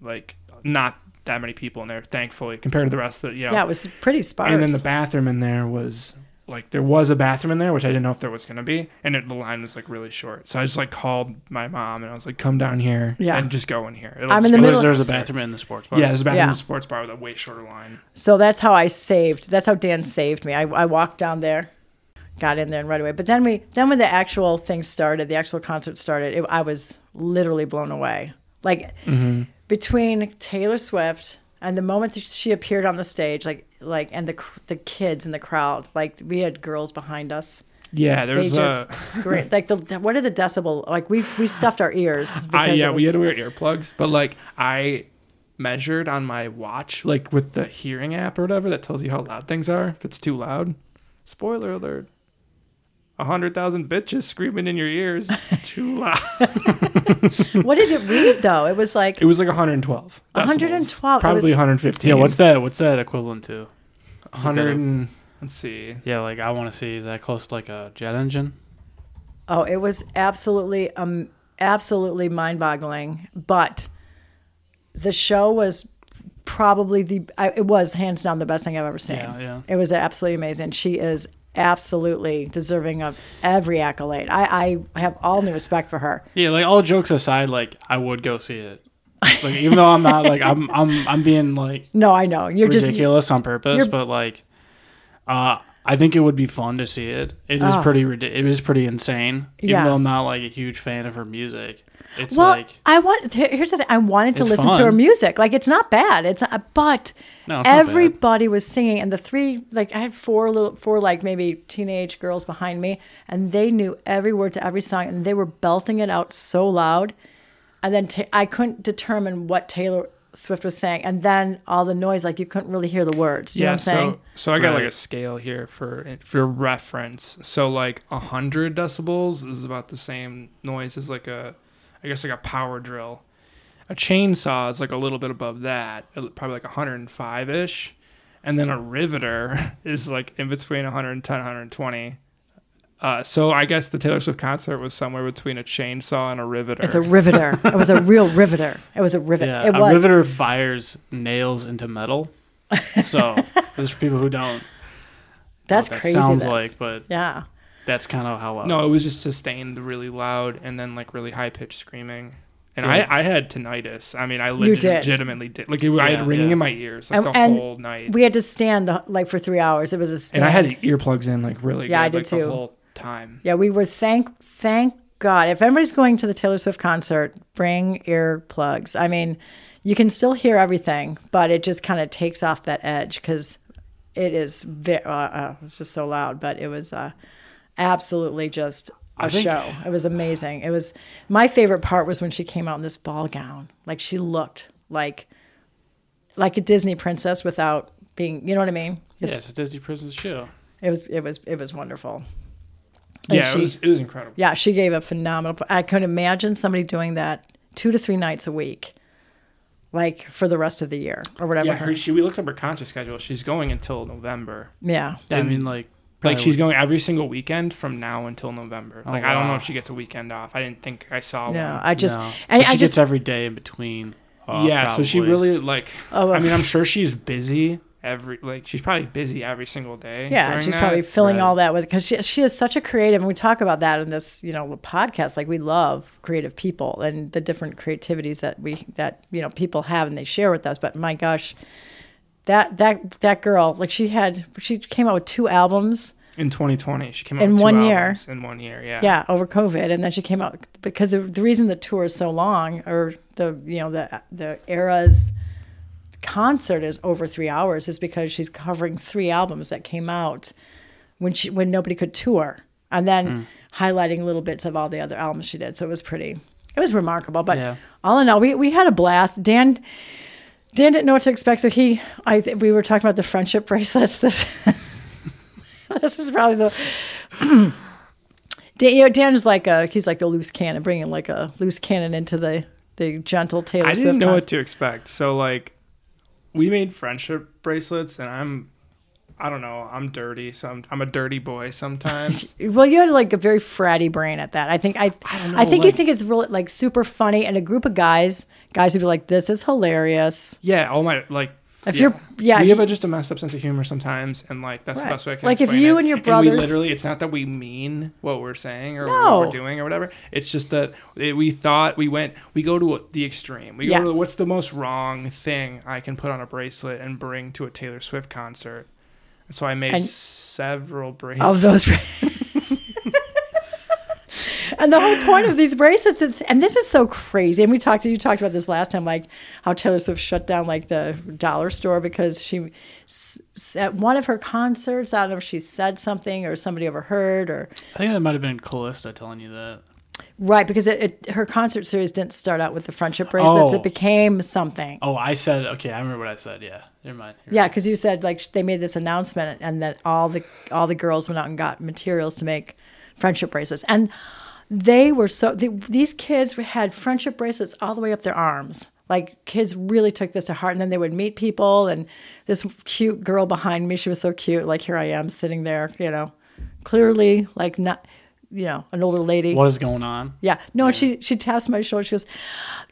S3: like not that many people in there, thankfully, compared to the rest of the you know.
S1: Yeah, it was pretty sparse.
S3: and then the bathroom in there was like there was a bathroom in there, which I didn't know if there was gonna be, and it, the line was like really short. So I just like called my mom and I was like, "Come down here
S1: Yeah.
S3: and just go in here." It'll
S1: I'm
S3: just
S1: in the
S3: go-
S1: middle-
S2: there's, there's a bathroom in the sports bar.
S3: Yeah, there's a bathroom
S1: Yeah.
S3: in the sports bar with a way shorter line.
S1: so that's how I saved. That's how Dan saved me. I, I walked down there, got in there, and right away. But then we, then when the actual thing started, the actual concert started, it, I was literally blown away. Like
S3: Mm-hmm.
S1: between Taylor Swift and the moment that she appeared on the stage, like like and the cr- the kids in the crowd, like we had girls behind us.
S3: Yeah,
S1: they
S3: there's
S1: just
S3: a.
S1: scream like the what are the decibel like we we stuffed our ears
S3: I,
S1: it
S3: yeah, we
S1: was-
S3: had to wear earplugs, but like I measured on my watch, like with the hearing app or whatever that tells you how loud things are. If it's too loud, spoiler alert: a hundred thousand bitches screaming in your ears, too loud.
S1: what did it read though it was like
S3: it was like 112. decibels.
S1: 112, it
S3: probably
S1: was-
S3: 115.
S2: Yeah, what's that? What's that equivalent to?
S3: 100? and- Let's see.
S2: Yeah, like I want to see that close to like a jet engine.
S1: oh it was absolutely um absolutely mind-boggling but the show was probably the I, it was hands down the best thing I've ever seen
S2: Yeah, yeah.
S1: it was absolutely amazing she is absolutely deserving of every accolade I I have all new respect for her
S2: Yeah, like all jokes aside, like I would go see it. Like even though I'm not like I'm I'm I'm being like
S1: no I know you're just
S2: ridiculous on purpose,
S1: you're-
S2: but like uh I think it would be fun to see it. It is
S1: Ah.
S2: pretty ridi- it is pretty insane. Even
S1: Yeah.
S2: though I'm not like a huge fan of her music. It's
S1: Well,
S2: like
S1: I want. here- Here's the thing. I wanted to
S2: It's
S1: listen to
S2: fun.
S1: her music. Like it's not bad. It's not, but
S2: No, it's not
S1: everybody was singing, and the three like I had four little four like maybe teenage girls behind me, and they knew every word to every song, and they were belting it out so loud, and then ta- I couldn't determine what Taylor Swift was saying, and then all the noise like you couldn't really hear the words. Do you know what I'm saying?
S3: so so I got like
S2: Right.
S3: a scale here for for reference. So like hundred decibels is about the same noise as like a, I guess like a power drill. A chainsaw is like a little bit above that, it- probably like 105 ish, and then a riveter is like in between 110 120. Uh, so I guess the Taylor Swift concert was somewhere between a chainsaw and a riveter.
S1: it's a riveter. it was a real riveter. It was a rivet.
S2: er. yeah,
S1: it
S2: a
S1: was.
S2: riveter fires nails into metal. So there's people who don't
S1: That's
S2: that
S1: crazy.
S2: sounds
S1: that's-
S2: like, but
S1: Yeah.
S2: that's kind of how. uh,
S3: No, it was just sustained, really loud, and then like really high pitched screaming. And
S2: Yeah.
S3: I, I had tinnitus. I mean, I
S1: You
S3: legit,
S1: did.
S3: legitimately did. Like, it, I
S2: Yeah,
S3: had ringing
S2: yeah.
S3: in my ears like
S1: And-
S3: the
S1: and
S3: whole night.
S1: We had to stand the, like for three hours. It was a stand.
S3: and I had earplugs in like really
S1: Yeah, I
S3: good,
S1: did
S3: like,
S1: too.
S3: the whole time.
S1: Yeah, we were thank thank God, if anybody's going to the Taylor Swift concert, bring earplugs. I mean, you can still hear everything, but it just kind of takes off that edge because it is. Ve- uh, uh, it was just so loud, but it was uh, absolutely just a
S2: think-
S1: show. It was amazing. It was my favorite part was when she came out in this ball gown. Like she looked like like a Disney princess without being. You know what I mean?
S2: Yeah, it's a Disney Princess show.
S1: It was. It was. It was wonderful. And
S3: Yeah,
S1: she-
S3: it was it was incredible.
S1: yeah, she gave a phenomenal. I couldn't imagine somebody doing that two to three nights a week, like for the rest of the year or whatever.
S3: Yeah,
S1: her-
S3: her, she we looked up her concert schedule. She's going until November.
S1: yeah.
S2: Yeah, I
S3: And-
S2: mean, like,
S3: like she's going every single weekend from now until November.
S2: Oh,
S3: like I don't
S2: wow.
S3: know if she gets a weekend off. I didn't think I saw
S1: No,
S3: one.
S1: I just,
S2: no.
S1: I,
S2: But she
S1: I
S2: gets
S1: just,
S2: every day in between. off,
S3: yeah, so she
S2: Uh, probably.
S3: really like.
S1: Oh,
S3: I mean,
S1: well.
S3: I'm sure she's busy every like she's probably busy every single day.
S1: yeah,
S3: during
S1: she's
S3: that.
S1: probably filling
S2: Right.
S1: all that with because she she is such a creative, and we talk about that in this you know podcast. Like we love creative people and the different creativities that we that you know people have and they share with us. But my gosh, that that that girl, like she had, she came out with two albums.
S3: in 2020 she came out
S1: In
S3: with two
S1: one year.
S3: albums In one year, yeah.
S1: yeah over covid and then she came out because the, the reason the tour is so long or the you know the the era's concert is over three hours is because she's covering three albums that came out when she when nobody could tour and then highlighting little bits of all the other albums she did so it was pretty it was remarkable but
S2: Yeah.
S1: all in all we, we had a blast dan dan didn't know what to expect so he i th- we were talking about the friendship bracelets this this is probably the Dan, you know, Dan is like a he's like the loose cannon, bringing like a loose cannon into the the gentle Taylor
S3: I
S1: Swift.
S3: didn't know
S1: con-
S3: what to expect. So like, we made friendship bracelets, and I'm, I don't know, I'm dirty. So I'm, I'm a dirty boy sometimes.
S1: well, you had like a very fratty brain at that. I think I, I,
S3: don't know,
S1: think you
S3: like-
S1: think it's really like super funny, and a group of guys, guys would be like, "This is hilarious."
S3: yeah, all my like.
S1: If you're- yeah,
S3: we
S1: if
S3: have a, just a messed up sense of humor sometimes, and like that's
S1: Right.
S3: the best way I can.
S1: Like, if
S3: explain
S1: you
S3: it.
S1: and your
S3: we
S1: brothers-
S3: literally, it's not that we mean what we're saying or what
S1: No.
S3: we're doing or whatever. It's just that it, we thought we went, we go to the extreme. We go
S1: Yeah.
S3: to what's the most wrong thing I can put on a bracelet and bring to a Taylor Swift concert. And so I made
S1: And-
S3: several bracelets.
S1: Of those brains. and the whole point of these bracelets, it's, and this is so crazy. And we talked you talked about this last time, like how Taylor Swift shut down like the dollar store because she s- s- at one of her concerts, I don't know if she said something or somebody overheard or
S2: I think that might have been Callista telling you that.
S1: right because it, it her concert series didn't start out with the friendship bracelets.
S2: Oh.
S1: It became something.
S2: Oh, I said okay. I remember what I said. Yeah, never mind. You're
S1: Yeah,
S2: right.
S1: because you said like sh- they made this announcement and that all the all the girls went out and got materials to make friendship bracelets, and they were so the these kids had friendship bracelets all the way up their arms. Like kids really took this to heart, and then they would meet people. And this cute girl behind me, she was so cute. Like here I am sitting there, you know, clearly like not, you know, an older lady.
S2: What is going on?
S1: Yeah. No, she she taps my shoulder. She goes,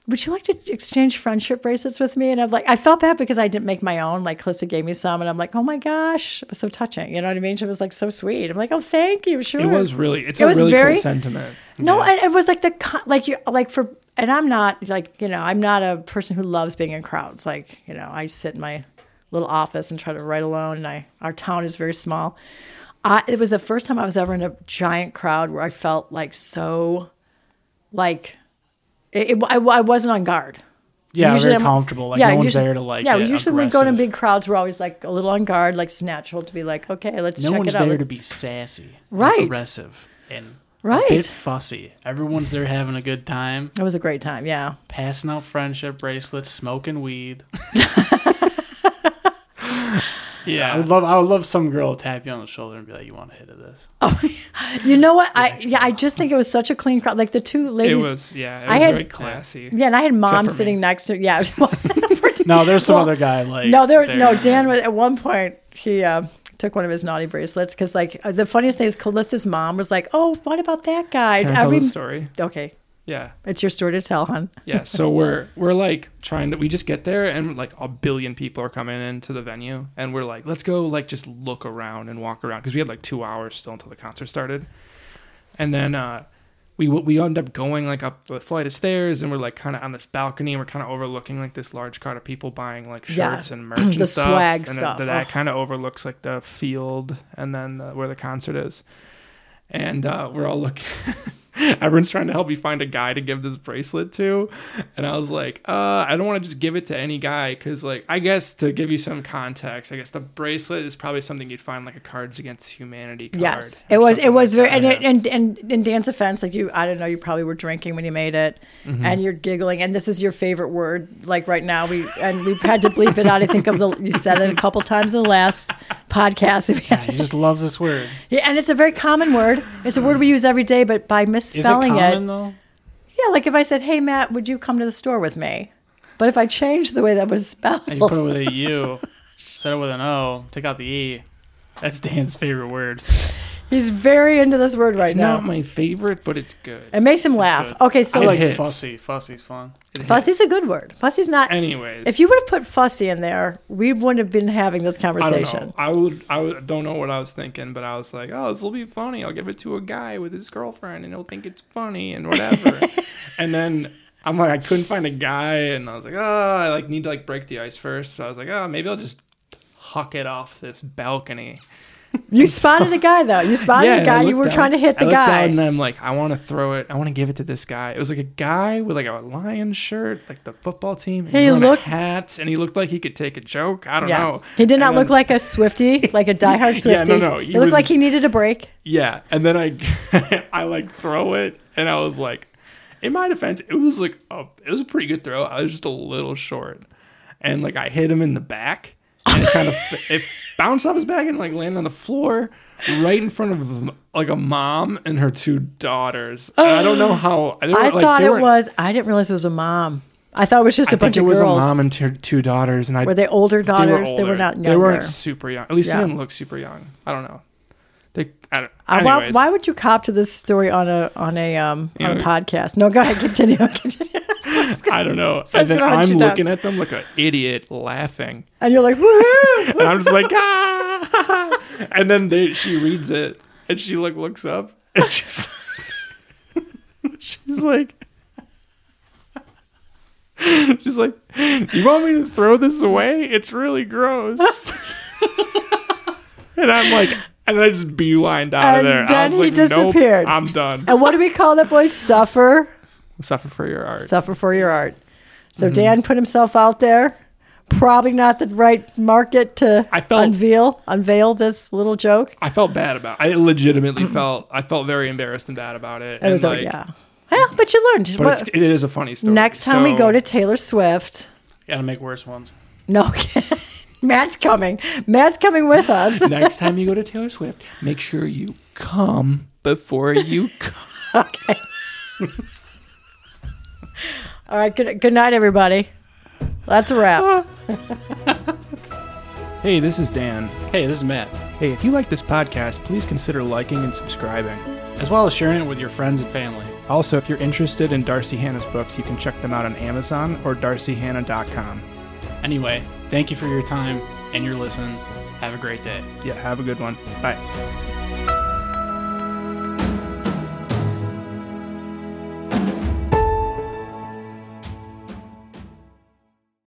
S1: "Would you like to exchange friendship bracelets with me?" And I'm like, I felt bad because I didn't make my own. Like Calista gave me some, and I'm like, "Oh my gosh!" It was so touching. You know what I mean? She was like so sweet. I'm like, "Oh, thank you." Sure.
S3: It was really, it's
S1: It
S3: a
S1: was
S3: really
S1: very-
S3: cool sentiment.
S1: No, and it was like the co- like you like for and I'm not like you know I'm not a person who loves being in crowds. Like you know I sit in my little office and try to write alone. And I our town is very small. I, it was the first time I was ever in a giant crowd where I felt like so like it, it- I, I wasn't on guard.
S2: Yeah, very
S1: I'm-
S2: comfortable. Like no one's
S1: usually-
S2: there to like.
S1: Yeah,
S2: get
S1: usually when we go to
S2: aggressive.
S1: big crowds, we're always like a little on guard. Like it's natural to be like, okay, let's
S2: No
S1: check
S2: one's
S1: it out.
S2: there
S1: Let's-
S2: to be sassy, and
S1: Right.
S2: Aggressive, and
S1: Right.
S2: a bit fussy. Everyone's there having a good time,
S1: it was a great time. Yeah,
S2: passing out friendship bracelets, smoking weed. I
S3: Yeah.
S2: would love, I would love some girl to tap you on the shoulder and be like, "You want a hit of this?"
S1: you know what? I yeah, I just think it was such a clean crowd. Like the two
S3: It
S1: ladies.
S3: was, yeah, it was
S1: I had-
S3: very classy.
S1: Yeah, and I had mom
S3: for me.
S1: sitting next to yeah. well,
S2: No, there's some
S1: Well,
S2: other guy like.
S1: no, there, no. Dan was at one point he uh, took one of his naughty bracelets because like uh, the funniest thing is Callista's mom was like, "Oh, what about that guy?"
S3: Can I tell the story?
S1: okay,
S3: Yeah.
S1: it's your story to tell, hon.
S3: Yeah, so we're we're like trying to we just get there and like a billion people are coming into the venue and we're like let's go like just look around and walk around because we had like 2 hours still until the concert started. And then uh we w- we end up going like up a flight of stairs and we're like kind of on this balcony and we're kind of overlooking like this large crowd of people buying like
S1: Yeah.
S3: shirts and merch and
S1: The
S3: stuff.
S1: swag
S3: and
S1: stuff.
S3: That, that
S1: Ugh.
S3: kind of overlooks like the field and then uh, where the concert is. And uh, we're all looking Everyone's trying to help me find a guy to give this bracelet to, and I was like, uh, I don't want to just give it to any guy because, like, I guess to give you some context, I guess the bracelet is probably something you'd find like a Cards Against Humanity card.
S1: Yes,
S3: or
S1: it was. It
S3: something
S1: was
S3: like
S1: very and,
S3: that.
S1: it- and and in Dan's offense, like you, I don't know, you probably were drinking when you made it, and you're giggling, and this is your favorite word. Like right now, we and we've had to bleep it out. I think of the you said it a couple times in the last podcast. We had
S2: He
S1: to-
S2: just loves this word.
S1: Yeah, and it's a very common word. It's a word we use every day, but by
S2: Is
S1: misspelling
S2: it
S1: it,
S2: common though?
S1: yeah, like if I said, "Hey Matt, would you come to the store with me?" But if I changed the way that was spelled,
S2: And you put it with a U, set it with an O, take out the E. That's Dan's favorite word.
S1: he's very into this word right
S3: It's
S1: now.
S3: not my favorite, but it's good.
S1: it makes him laugh.
S2: good.
S1: Okay, so
S2: I like
S3: hits.
S2: fussy. Fussy's fun.
S1: fussy's a good word. Fussy's not.
S3: Anyways,
S1: If you would have put fussy in there, we wouldn't have been having this
S3: I don't
S1: conversation.
S3: know. I would. I would- don't know what I was thinking, but I was like, "Oh, this will be funny. I'll give it to a guy with his girlfriend, and he'll think it's funny and whatever." and then I'm like, I couldn't find a guy, and I was like, "Oh, I like need to like break the ice first. So I was like, "Oh, maybe I'll just huck it off this balcony."
S1: You spotted a guy though. You spotted
S3: and
S1: a
S3: I
S1: guy. You
S3: looked
S1: were
S3: down-
S1: trying to hit
S3: I
S1: the
S3: looked
S1: guy.
S3: down and I'm like, I want to throw it. I want to give it to this guy. It was like a guy with like a lion shirt, like the football team. And
S1: He
S3: he wore
S1: looked-
S3: a hat, and he looked like he could take a joke. I don't
S1: yeah.
S3: know.
S1: He did
S3: And
S1: not
S3: then-
S1: look like a Swifty, like a diehard Swifty.
S3: Yeah, no, no, he
S1: He, looked
S3: was-
S1: like he needed a break.
S3: Yeah, and then I, I like throw it, and I was like, in my defense, it was like a, it was a pretty good throw. I was just a little short, and like I hit him in the back, and it kind of it bounced off his back and like landed on the floor right in front of like a mom and her two daughters. And I don't know how. they were,
S1: I
S3: like,
S1: thought
S3: they
S1: it
S3: weren't-
S1: was. I didn't realize it was a mom. I thought it was just a
S3: I
S1: bunch of
S3: think it was
S1: girls.
S3: a mom and her two daughters, and I
S1: Were they older daughters? They were,
S3: older.
S1: not younger.
S3: They weren't super young. At least
S1: Yeah.
S3: they didn't look super young. I don't know. They. I don't,
S1: Uh, why,
S3: anyways.
S1: why would you cop to this story on a on a um
S3: You
S1: on a
S3: know-
S1: podcast? No, go ahead, continue, continue.
S3: I don't know.
S1: So I
S3: and
S1: was
S3: then
S1: gonna hunt
S3: I'm
S1: you down.
S3: looking at them like an idiot laughing.
S1: And you're like, woohoo!
S3: And I'm just like, ah. And then they, she reads it and she like looks up and she's, she's like, she's like, you want me to throw this away? It's really gross. and I'm like, and I just beelined out
S1: And
S3: of there. I
S1: then
S3: was
S1: he
S3: like, nope,
S1: disappeared.
S3: I'm done.
S1: and what do we call that boy? Suffer.
S3: Suffer for your art.
S1: suffer for your art.
S3: Mm-hmm.
S1: So Dan put himself out there. Probably not the right market to
S3: I felt-
S1: unveil unveil this little joke.
S3: I felt bad about. I legitimately felt. I felt very embarrassed and bad about it.
S1: Mm-hmm. It was like, yeah, well, but you learned.
S3: But
S1: What-
S3: it's, it is a funny story.
S1: next time we
S3: So,
S1: go to Taylor Swift,
S2: Gotta make worse ones.
S1: no, Matt's coming. Matt's coming with us.
S3: next time you go to Taylor Swift, make sure you come before you come.
S1: okay. All right. Good good night, everybody. That's a wrap.
S3: Hey, this is Dan.
S2: Hey, this is Matt.
S3: Hey, if you like this podcast, please consider liking and subscribing.
S2: As well as sharing it with your friends and family.
S3: Also, if you're interested in Darcy Hannah's books, you can check them out on Amazon or darcyhannah.com.
S2: Anyway, thank you for your time and your listen. Have a great day.
S3: Yeah, have a good one. Bye.